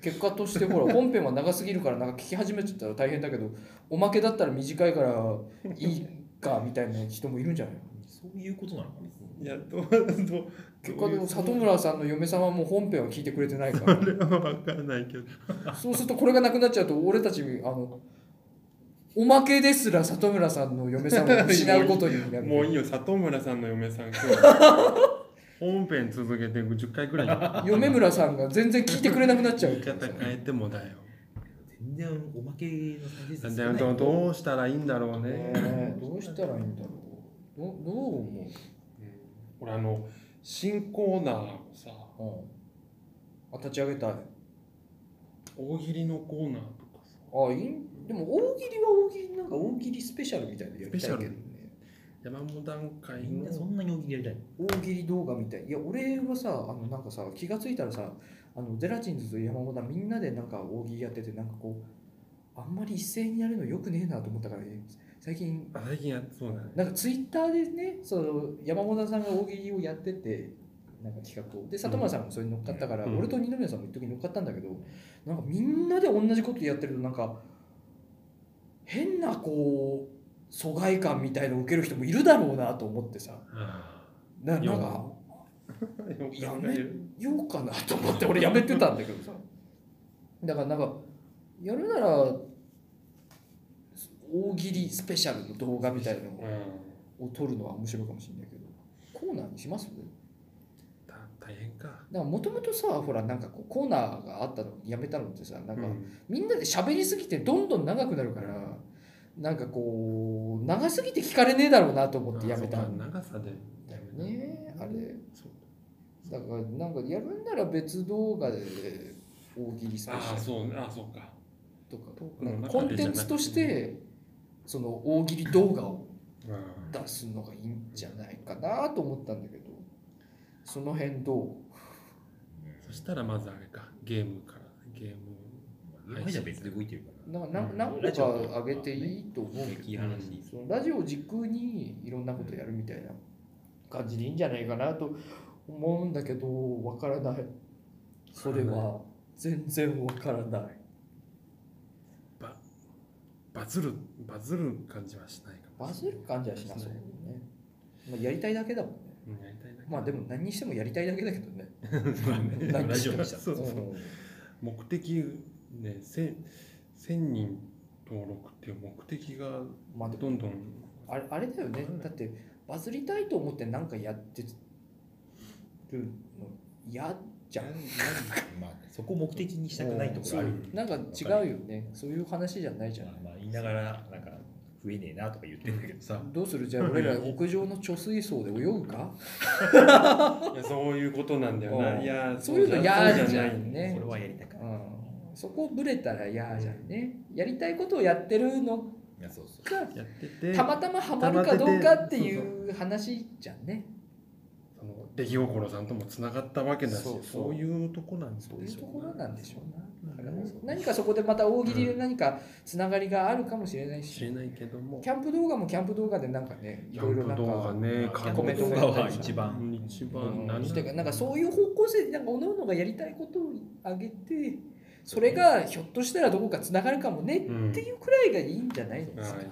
Speaker 2: 結果としてほら本編は長すぎるからなんか聞き始めちゃったら大変だけどおまけだったら短いからいいかみたいな人もいるんじゃない
Speaker 3: そういうことなのかない
Speaker 4: やどうどうどう
Speaker 2: 結果でも里村さんの嫁さんはもう本編は聞いてくれてないか
Speaker 1: わかんないけど
Speaker 2: らそうするとこれがなくなっちゃうと俺たちあのおまけですら里村さんの嫁さんを失うことになる
Speaker 4: もういいよ里村さんの嫁さん 今日
Speaker 1: 本編続けて10回くらい
Speaker 2: 嫁村さんが全然聞いてくれなくなっちゃう
Speaker 1: 言い方変えてもだよ
Speaker 3: 全然おまけの再生数
Speaker 1: でもどうしたらいいんだろうね
Speaker 2: ねえどうしたらいいんだろうどどう思
Speaker 4: 俺あの新コーナーをさ
Speaker 2: う、うん、あ立ち上げたい
Speaker 4: 大喜利のコーナーとかさ
Speaker 2: あいいでも大喜利は大喜利なんか大喜利スペシャルみたいなのやりたいけどね
Speaker 1: 山本段階
Speaker 3: みんなそ
Speaker 1: の
Speaker 3: んなに大喜利やりたいの
Speaker 2: 大喜利動画みたいいや俺はさあのなんかさ気がついたらさあのゼラチンズと山本はみんなでなんか大喜利やっててなんかこうあんまり一斉にやるのよくねえなと思ったから、ね、最近
Speaker 1: あ最近やそうだね
Speaker 2: なんかツイッターでねその山本さんが大喜利をやっててなんか企画をで里村さんもそれに乗っかったから、
Speaker 1: うん
Speaker 2: 俺と二宮さんも一時乗っかったんだけどなんかみんなで同じことやってるとなんか変なこう疎外感みたいのを受ける人もいるだろうなと思ってさ
Speaker 1: あ
Speaker 2: ななんか
Speaker 1: よ
Speaker 2: やめようかなと思って俺やめてたんだけどさだからなんかやるなら大喜利スペシャルの動画みたいなのをを撮るのは面白いかもしれないけどコーナーにしますだ
Speaker 1: ーた大変か
Speaker 2: からもともとさほらなんかこうコーナーがあったのやめたのってさなんか、
Speaker 1: うん
Speaker 2: みんなで喋りすぎてどんどん長くなるからなんかこう長すぎて聞かれねえだろうなと思ってやめた
Speaker 1: あそうんか
Speaker 2: だよ
Speaker 1: 長さでやめた
Speaker 2: ねあれ
Speaker 1: そう
Speaker 2: だからなんかやるんなら別動画で大喜利スペシ
Speaker 4: あ
Speaker 2: ャ
Speaker 4: あ
Speaker 2: ル
Speaker 4: そうああそうか
Speaker 2: とか
Speaker 1: トークの
Speaker 2: なん
Speaker 1: 中
Speaker 2: か
Speaker 1: で
Speaker 2: コンテンツとしてその大喜利動画を
Speaker 1: うん
Speaker 2: 出すのがいいんじゃないかなと思ったんだけどその辺どう
Speaker 1: そしたらまずあれかゲームからゲーム
Speaker 3: まあ家じゃ別で動いてるから
Speaker 2: なんかな
Speaker 1: うん
Speaker 2: 何個か上げていいと思うけ
Speaker 3: いい
Speaker 2: ど、
Speaker 3: 話でいい
Speaker 2: そのラジオを軸にいろんなことやるみたいな感じでいいんじゃないかなと思うんだけどわからないそれは全然わからない
Speaker 1: バズるバズる感じはしないかも
Speaker 2: バズる感じはしなそうだよね、まあ、やりたいだけだもんね
Speaker 1: うんやりたいだけ
Speaker 2: まあでも何にしてもやりたいだけだけど ね
Speaker 3: ねラジオにした
Speaker 1: そうそうそう
Speaker 2: うん
Speaker 1: 目的ね千千人登録っていう目的が
Speaker 2: まあでも
Speaker 1: どんどん
Speaker 2: あれあれだよねだってバズりたいと思って何かやってるの嫌じゃん
Speaker 3: まあねそこを目的にしたくないところある
Speaker 2: なんか違うよねそういう話じゃないじゃない
Speaker 3: まあ、言いながらなんか増えねえなとか言ってんだけどさ
Speaker 2: どうするじゃあ 俺ら屋上の貯水槽で泳ぐか
Speaker 4: いやそういうことなんだよ
Speaker 2: う
Speaker 4: なんいや
Speaker 2: そういうの
Speaker 4: じゃ
Speaker 2: 嫌
Speaker 4: そう
Speaker 2: じゃ
Speaker 4: ない
Speaker 2: んね
Speaker 3: それはやりたく
Speaker 2: う
Speaker 3: ない
Speaker 2: んそこぶれたら嫌じゃんねやりたいことをやってるの
Speaker 3: いやそうそう
Speaker 2: が
Speaker 1: やってて
Speaker 2: たまたまハマるかどうかっていう話じゃんね
Speaker 1: その出来心さんともつながったわけだし
Speaker 2: そ
Speaker 1: そ
Speaker 2: うそうう
Speaker 1: いうとこなんでし
Speaker 2: そ
Speaker 1: ょ
Speaker 2: ういうところなんでしょうなだから
Speaker 1: うん
Speaker 2: 何かそこでまた大喜利で何かつながりがあるかもしれない
Speaker 1: 知れ
Speaker 2: し
Speaker 1: ないけども
Speaker 2: キャンプ動画もキャンプ動画でなんかねい
Speaker 1: キ
Speaker 2: ろい
Speaker 1: ャン
Speaker 2: ろ
Speaker 1: プ
Speaker 2: なん
Speaker 1: 動画
Speaker 2: か
Speaker 1: ね
Speaker 3: まあ
Speaker 1: コメント
Speaker 3: キャンプ動画は一
Speaker 1: う
Speaker 3: 番
Speaker 1: ん一
Speaker 2: うん
Speaker 1: 番何
Speaker 2: してかなんかそういう方向性でなんかおのおのがやりたいことをあげてそれがひょっとしたらどこかつながるかもね
Speaker 1: うん
Speaker 2: っていうくらいがいいんじゃないですか、
Speaker 1: はい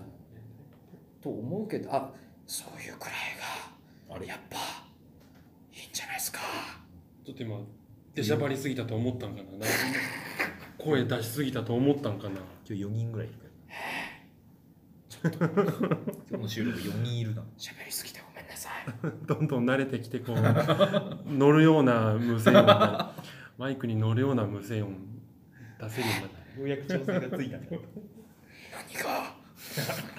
Speaker 2: と思うけどあそういうくらいが
Speaker 3: あれ
Speaker 2: やっぱじゃないですか。
Speaker 4: ちょっと今出しゃばりすぎたと思っ たんかななんか声出しすぎたと思ったんかな
Speaker 3: 今日4人ぐらいいるから。ちょっと今日の収録4人いるな。
Speaker 2: 喋りすぎてごめんなさい。
Speaker 1: どんどん慣れてきてこう乗るよう な無声音が マイクに乗るような無声音出せるようになった
Speaker 3: ようやく調整がついたね。
Speaker 2: 何が。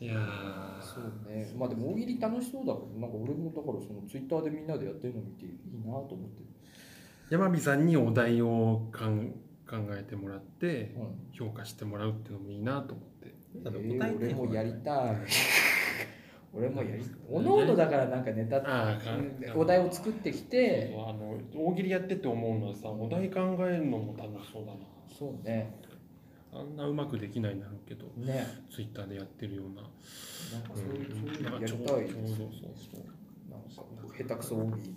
Speaker 1: いやー
Speaker 2: そうね。まあでも大喜利楽しそうだから、なんか俺もだからそのツイッターでみんなでやってるの見ていいなと思って。
Speaker 1: 山火さんにお題をかん考えてもらって
Speaker 2: うん。
Speaker 1: 評価してもらうっていうのもいいなと思って
Speaker 3: だって
Speaker 2: え
Speaker 3: 答え
Speaker 2: ー
Speaker 3: て
Speaker 2: 俺
Speaker 3: よ
Speaker 2: もやりたい。 俺もやり。おのおのだからなんかネタって
Speaker 1: ああ
Speaker 2: うんお題を作ってきて、
Speaker 4: あの大喜利やってて思うのはさお題考えるのも楽しそうだな
Speaker 2: そうね。
Speaker 1: あんなうまくできないんだろうけど
Speaker 2: ね。
Speaker 1: ツイッターでやってるような
Speaker 2: なんかそういう、そういう
Speaker 1: な
Speaker 2: の
Speaker 1: んか
Speaker 2: や
Speaker 1: ち
Speaker 2: り
Speaker 1: ょ
Speaker 2: たい
Speaker 1: ちょ
Speaker 2: で
Speaker 1: うど
Speaker 2: す。
Speaker 1: そう
Speaker 2: そうなんか下手くそ大喜利。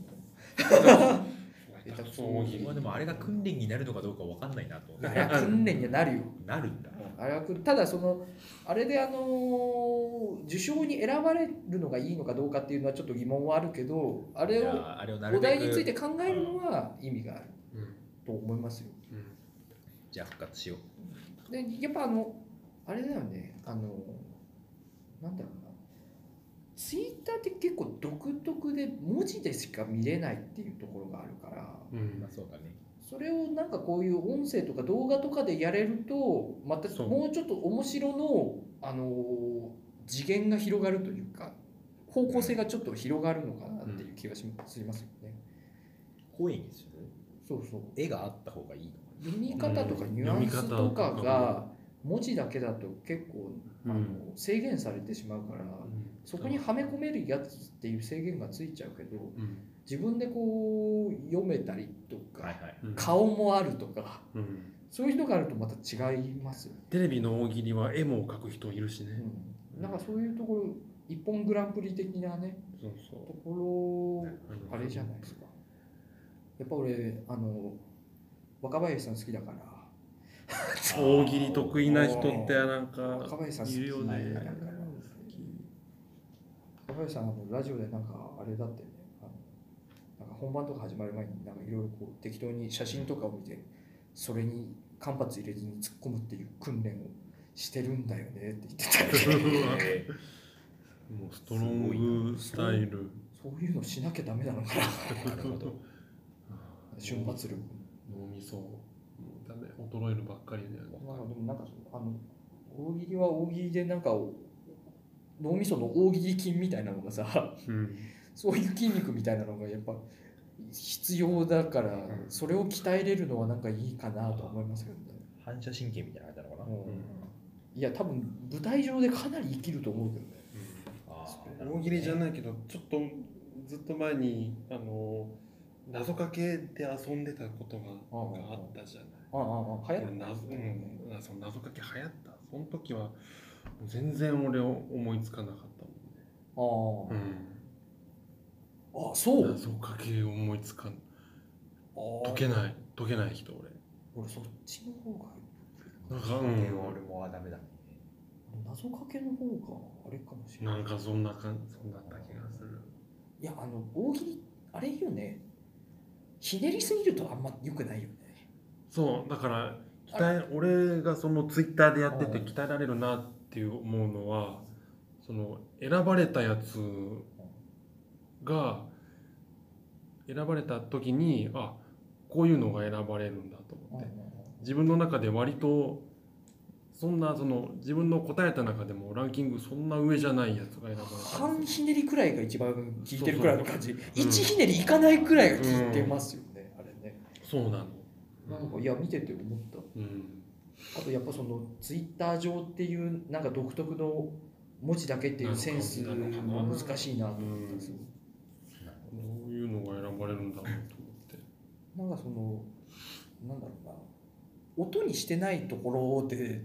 Speaker 4: 下手くそ大喜利
Speaker 3: まあでもあれが訓練になるのかどうかわかんないなと思って
Speaker 2: あれは訓練にはなるよ。
Speaker 3: なるんだ。
Speaker 2: あれはくただそのあれであのー受賞に選ばれるのがいいのかどうかっていうのはちょっと疑問はあるけどあ
Speaker 3: い
Speaker 2: れを
Speaker 3: やあれをな
Speaker 2: お
Speaker 3: るべ
Speaker 2: 題につい
Speaker 3: く
Speaker 2: て考えるのは意味がある
Speaker 1: うん
Speaker 2: と思いますよ。
Speaker 1: うん
Speaker 3: じゃあ復活しよう。
Speaker 2: でやっぱあのあれだよねあのなんだろうなツイッターって結構独特で文字でしか見れないっていうところがあるから
Speaker 1: うん
Speaker 3: まあそうだね。
Speaker 2: それをなんかこういう音声とか動画とかでやれるとまた
Speaker 1: そう
Speaker 2: もうちょっと面白の、あのー次元が広がるというか方向性がちょっと広がるのかなっていう気がししますよね。
Speaker 3: 声にする
Speaker 2: そうそう
Speaker 3: 絵があった方がいいのか
Speaker 2: 読み方とかニュアンスとかが文字だけだと結構、
Speaker 1: うん
Speaker 2: あの制限されてしまうから、
Speaker 1: うん
Speaker 2: そこにはめ込めるやつっていう制限がついちゃうけど
Speaker 1: うん
Speaker 2: 自分でこう読めたりとか、
Speaker 3: な。はい。
Speaker 1: うん
Speaker 2: 顔もあるとか。
Speaker 1: うん
Speaker 2: そういう人があるとまた違いますよね。
Speaker 1: テレビの大喜利は絵も描く人いるし
Speaker 2: う
Speaker 1: ね
Speaker 2: ん、なんかそういうところ、一本グランプリ的なね、
Speaker 1: そう
Speaker 2: と
Speaker 1: そ
Speaker 2: こ
Speaker 1: うの
Speaker 2: ろ、あれじゃないですか。やっぱ俺、あの、若林さん好きだから、
Speaker 1: 大喜利得意な人ってなん
Speaker 2: 若
Speaker 1: か
Speaker 2: 林さん好き
Speaker 1: いるよね
Speaker 2: だから、若林さん、あのラジオでなんか、あれだってね、あのなんか本番とか始まる前に、なんかいろいろこう、適当に写真とかを見て、それに間髪入れずに突っ込むっていう訓練をしてるんだよねって言ってた。
Speaker 3: え
Speaker 1: もうストロングスタイル
Speaker 2: そういうのしなきゃダメなのか
Speaker 3: ーなるほど。
Speaker 2: な瞬発力
Speaker 1: 脳みそもうだね衰えるばっかりだよね
Speaker 2: なんかでもなんかあの大喜利は大喜利でなんか脳みその大喜利筋みたいなのがさ
Speaker 1: うん
Speaker 2: そういう筋肉みたいなのがやっぱ必要だから
Speaker 1: うん
Speaker 2: それを鍛えれるのはなんかいいかなと思いますけどね、
Speaker 3: 反射神経みたいなのがあったのかな。
Speaker 2: うんいや多分舞台上でかなり生きると思うけどね
Speaker 3: あー
Speaker 4: 大喜利じゃ
Speaker 3: なる
Speaker 4: ないけどちょっとずっと前にあの謎かけで遊んでたことがなんかあったじゃない
Speaker 2: ああああ流行って
Speaker 4: 謎,、うん、その謎かけ流行ったその時は全然俺思いつかなかった
Speaker 2: ああ
Speaker 4: もん、ね、
Speaker 2: あそう
Speaker 1: 謎かけ思いつかん
Speaker 2: ああ
Speaker 1: 解けない解けない人俺
Speaker 2: 俺そっちの方が
Speaker 1: なん
Speaker 3: ほ
Speaker 1: か
Speaker 3: ど。
Speaker 1: う
Speaker 3: うん、
Speaker 1: ん
Speaker 3: 俺もダメだね。
Speaker 2: 謎かけの方があれかもしれな
Speaker 1: ないんかそんな感じそんだった気がする
Speaker 2: いやあの大喜利あれよねひねりすぎるとあんま良くないよね
Speaker 1: そうだから鍛え俺がそのツイッターでやってて
Speaker 2: うん
Speaker 1: 鍛えられるなっていう思うのはその選ばれたやつが選ばれた時にあこういうのが選ばれるんだと思って自分の中で割とそんなその自分の答えた中でもランキングそんな上じゃないやつが選ばれたりする
Speaker 2: 半ひねりくらいが一番効いてるくらいの感じ
Speaker 1: そう
Speaker 2: 一ひねりいかないくらいが効いてますよね、あれね
Speaker 1: そうなの
Speaker 2: なんかいや見てて思った
Speaker 1: うん
Speaker 2: あとやっぱそのツイッター上っていうなんか独特の文字だけっていうセンスも難しいなと思ったんですよ
Speaker 1: どういうのが選ばれるんだろうと思って
Speaker 2: なんかそのなんだろうな音にしてないところで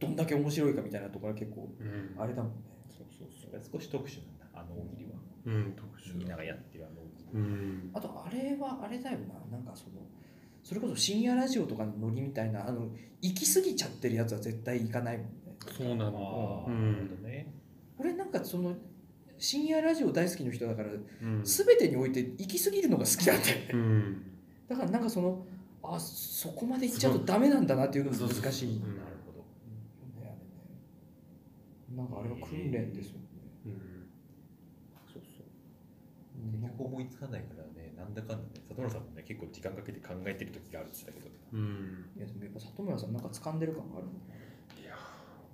Speaker 2: どんだけ面白いかみたいなところは結構
Speaker 1: うん
Speaker 2: あれだもんね
Speaker 3: そうそうそう。少し特殊なんだ。あの大喜利は。
Speaker 1: うん特殊
Speaker 3: みんながやってるあの大喜利。
Speaker 1: うん
Speaker 2: あとあれはあれだよななんかそのそれこそ深夜ラジオとかのノリみたいなあの行き過ぎちゃってるやつは絶対行かないもんね
Speaker 1: そうなの
Speaker 3: ああ、
Speaker 1: うん
Speaker 3: なるほどね。
Speaker 2: 俺なんかその深夜ラジオ大好きの人だから
Speaker 1: うん
Speaker 2: 全てにおいて行き過ぎるのが好きなんで
Speaker 1: うん
Speaker 2: だからなんかそのあそこまで行っちゃうとダメなんだなっていうのが難しいよね
Speaker 1: うん
Speaker 3: なるほど。
Speaker 2: あれねなんかあれは訓練ですよね
Speaker 1: うん
Speaker 3: そうそう。
Speaker 2: うん
Speaker 3: 結局思いつかないからね、なんだかんだね、里村さんもね、結構時間かけて考えてる時があるって言ってたけど。
Speaker 1: うん
Speaker 2: いやでもやっぱ里村さんなんか掴んでる感があるんだね
Speaker 1: いや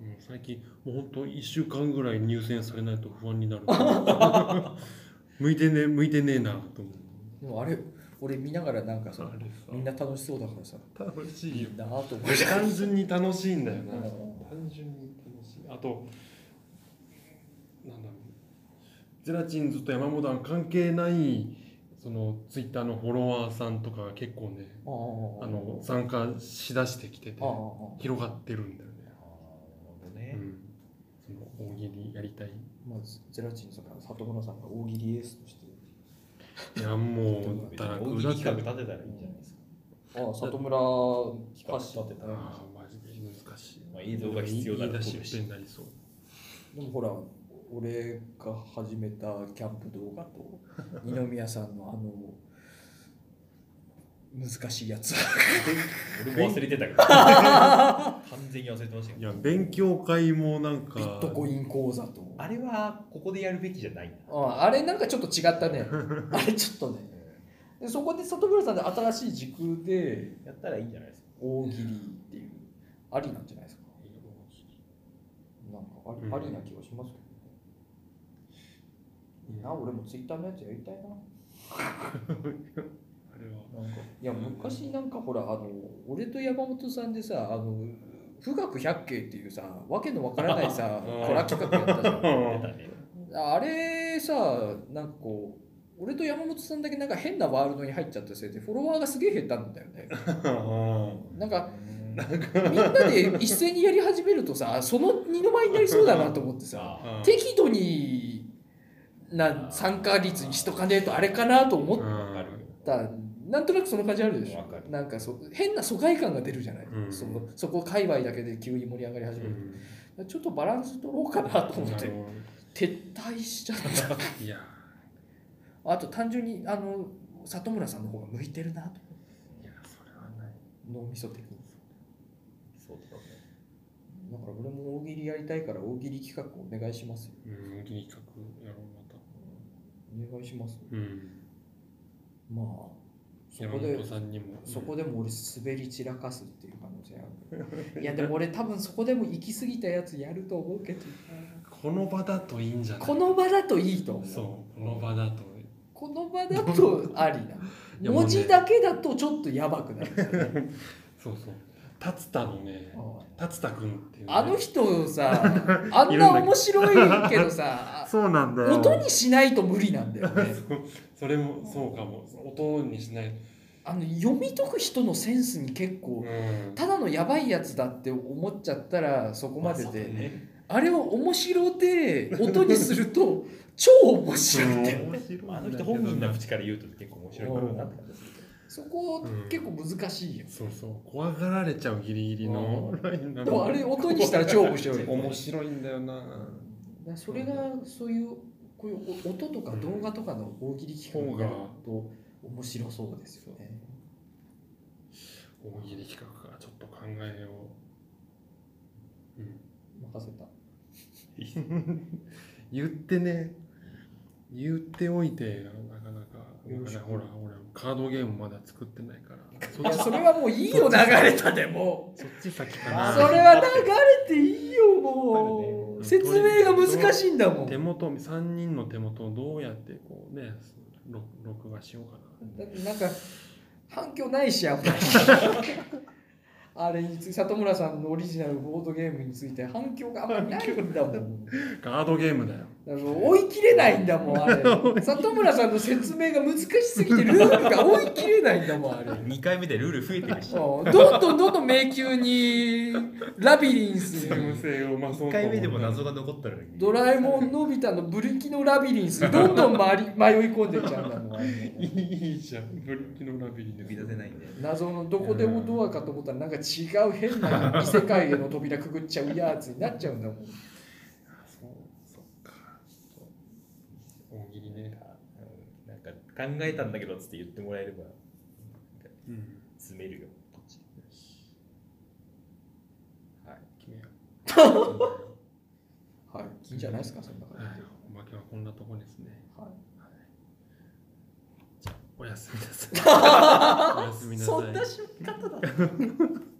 Speaker 1: ーもう最近もう本当1週間ぐらい入選されないと不安になる向いてね向いてねえなと思う
Speaker 2: でもあれ俺見ながらなんかさみんな楽しそうだからさ
Speaker 4: 楽し
Speaker 2: い
Speaker 4: い
Speaker 2: い
Speaker 4: よ
Speaker 2: な ぁと思っ
Speaker 4: 単純に楽しいんだよな
Speaker 2: うん
Speaker 4: 単純に楽しいあとなんだろ
Speaker 1: ゼラチンズと山モダン関係ないそのツイッターのフォロワーさんとかが結構ねあ
Speaker 2: あ
Speaker 1: の参加しだしてきてて
Speaker 2: ああ
Speaker 1: 広がってるんだよね
Speaker 3: ああ、なるほど
Speaker 1: う
Speaker 3: ね。
Speaker 1: んその大喜利やりたい
Speaker 2: まずゼラチンさんから里村さんが大喜利エースとして
Speaker 1: いやも
Speaker 3: でも
Speaker 1: う
Speaker 3: 別
Speaker 1: だら
Speaker 3: に大喜利企画立てたらいいんじゃないです
Speaker 2: あ
Speaker 3: か。
Speaker 2: あ里村し
Speaker 3: 企画立てたら。
Speaker 1: ああマジで難しい、
Speaker 3: まあ映像が必要だ
Speaker 1: 言い
Speaker 3: と
Speaker 1: 出
Speaker 3: 思う
Speaker 1: し
Speaker 3: し
Speaker 1: っぺになりそう
Speaker 2: でもほら俺が始めたキャンプ動画と二宮さんのあの難しいやつ
Speaker 3: 俺も忘れてたけど。完全に忘れてました
Speaker 1: い
Speaker 3: け
Speaker 1: や
Speaker 3: ど。
Speaker 1: 勉強会もなんか
Speaker 2: ビットコイン講座と
Speaker 3: あれはここでやるべきじゃないんだ。
Speaker 2: ああれなんかちょっと違ったねあれちょっとねでそこで里村さんで新しい軸で
Speaker 3: やったらいいんじゃないですか。
Speaker 2: 大喜利っていうありなんじゃないですかなんかあり,、
Speaker 1: うん
Speaker 2: ありな気がしますけどねいいな俺もツイッターのやつやりたいな
Speaker 1: あれは
Speaker 2: なんかいや昔なんかほらあの俺と山本さんでさあの富岳百景っていうさわけのわからないさ コラ企画やったじゃん
Speaker 1: うん
Speaker 3: 出たね。
Speaker 2: あれさなんかこう俺と山本さんだけなんか変なワールドに入っちゃったせいでフォロワーがすげえ減ったんだよねなんかみんなで一斉にやり始めるとさその二の舞になりそうだなと思ってさ
Speaker 3: さあ、
Speaker 2: 適度にな参加率にしとかねえとあれかなと思っ
Speaker 1: わ
Speaker 3: わかるよ。
Speaker 2: たなんとなくその感じあるでし
Speaker 3: わ
Speaker 2: ょ
Speaker 3: かる
Speaker 2: なんかそ変な疎外感が出るじゃない、
Speaker 1: うん
Speaker 2: そのそこ界隈だけで急に盛り上がり始める、ちょっとバランス取ろうかなと思って撤退しち ゃった
Speaker 1: いや
Speaker 2: あと単純にあの里村さんの方が向いてるなと
Speaker 1: いやそれはない
Speaker 2: 脳みそ的に
Speaker 3: そうだね。
Speaker 2: だから俺も大喜利やりたいから大喜利企画お願いしますよ
Speaker 1: うん大喜利企画やろうまた
Speaker 2: お願いします
Speaker 1: うん
Speaker 2: まあそ
Speaker 1: 山
Speaker 2: こで
Speaker 1: 本さんにも
Speaker 2: そこでも俺滑り散らかすっていう可能性 あるいやでも俺多分そこでも行き過ぎたやつやると思うけど
Speaker 1: この場だといいんじゃない
Speaker 2: この場だといいと思う
Speaker 1: そうこの場だと
Speaker 2: この場だとあり
Speaker 1: い
Speaker 2: な
Speaker 1: やもうね
Speaker 2: 文字だけだとちょっとやばくなるんだよ ね、
Speaker 1: そうそう達田のね達田君っていうね、
Speaker 2: あの 人さあん
Speaker 1: いるん
Speaker 2: な
Speaker 1: だ
Speaker 2: 面白いけどさ
Speaker 1: そうなんだ
Speaker 2: 音にしないと無理なんだよ ね
Speaker 1: それもそうかも音にしない
Speaker 2: あの読み解く人のセンスに結構
Speaker 1: うん
Speaker 2: ただのやばいやつだって思っちゃったらそこまでで、
Speaker 3: ね。
Speaker 2: あれを面白で音にすると超面白いんだよ
Speaker 1: 面白いんだけどな
Speaker 3: あの人本人の口から言うと結構面白いかなって感じするけど。
Speaker 2: そこ結構難しいよ、
Speaker 1: そうそう怖がられちゃうギリギリのラインなの
Speaker 2: でもあれ音にしたら超面白いよね
Speaker 1: 面白いんだよな
Speaker 2: だからそれがそういうこういう音とか動画とかの大喜利企画がと面白そうですよね。
Speaker 1: 大喜利企画かちょっと考えよう、うん、
Speaker 2: 任せた。
Speaker 1: 言ってね言っておいてなかなか
Speaker 2: よろしく
Speaker 1: ほらほらカードゲームまだ作ってないからそ
Speaker 2: いや
Speaker 1: っち
Speaker 2: それはもういいよ流れたでも
Speaker 1: そっち先か
Speaker 2: う。
Speaker 1: な
Speaker 2: それは流れていいよも
Speaker 3: ある
Speaker 2: う。
Speaker 1: ね
Speaker 2: 説明が難しいんだもん。だ
Speaker 1: 手元3人の手元をどうやってこうね録録画しようかな
Speaker 2: ってなんか反響ないしあんまり。あれについ里村さんのオリジナルボードゲームについて反響があんまりないんだもん。
Speaker 1: カードゲームだよ
Speaker 2: だから追い切れないんだもんあれ里村さんの説明が難しすぎてルールが追い切れないんだもんあれ
Speaker 3: 2回目でルール増えてる し。
Speaker 2: そうどんどんどんどん迷宮にラビリンスに
Speaker 1: 性を増そ
Speaker 3: 1回目でも謎が残ったのに。
Speaker 2: ドラえもんのび太のブリキのラビリンスにどんどん回り迷い込んでっちゃうんだもんあ
Speaker 1: い
Speaker 2: れ
Speaker 1: いじゃんブリッキのラビリン
Speaker 3: 抜き出せないんで。
Speaker 2: 謎のどこでもドアかと思ったらなんか違う変な異世界への扉くぐっちゃうやつになっちゃうんだもん
Speaker 1: そうそっかそう切りね。
Speaker 3: うんなんか考えたんだけどっつって言ってもらえれば
Speaker 5: うん
Speaker 3: 詰めるよこっちはい
Speaker 1: 決めよう。
Speaker 2: はい。いいんじゃないですか、そんな
Speaker 1: はい
Speaker 2: 感じで。、
Speaker 1: おまけはこんなとこですね。
Speaker 2: はい。
Speaker 1: おやすみなさい。おやすみなさい。
Speaker 2: そんな仕方だった。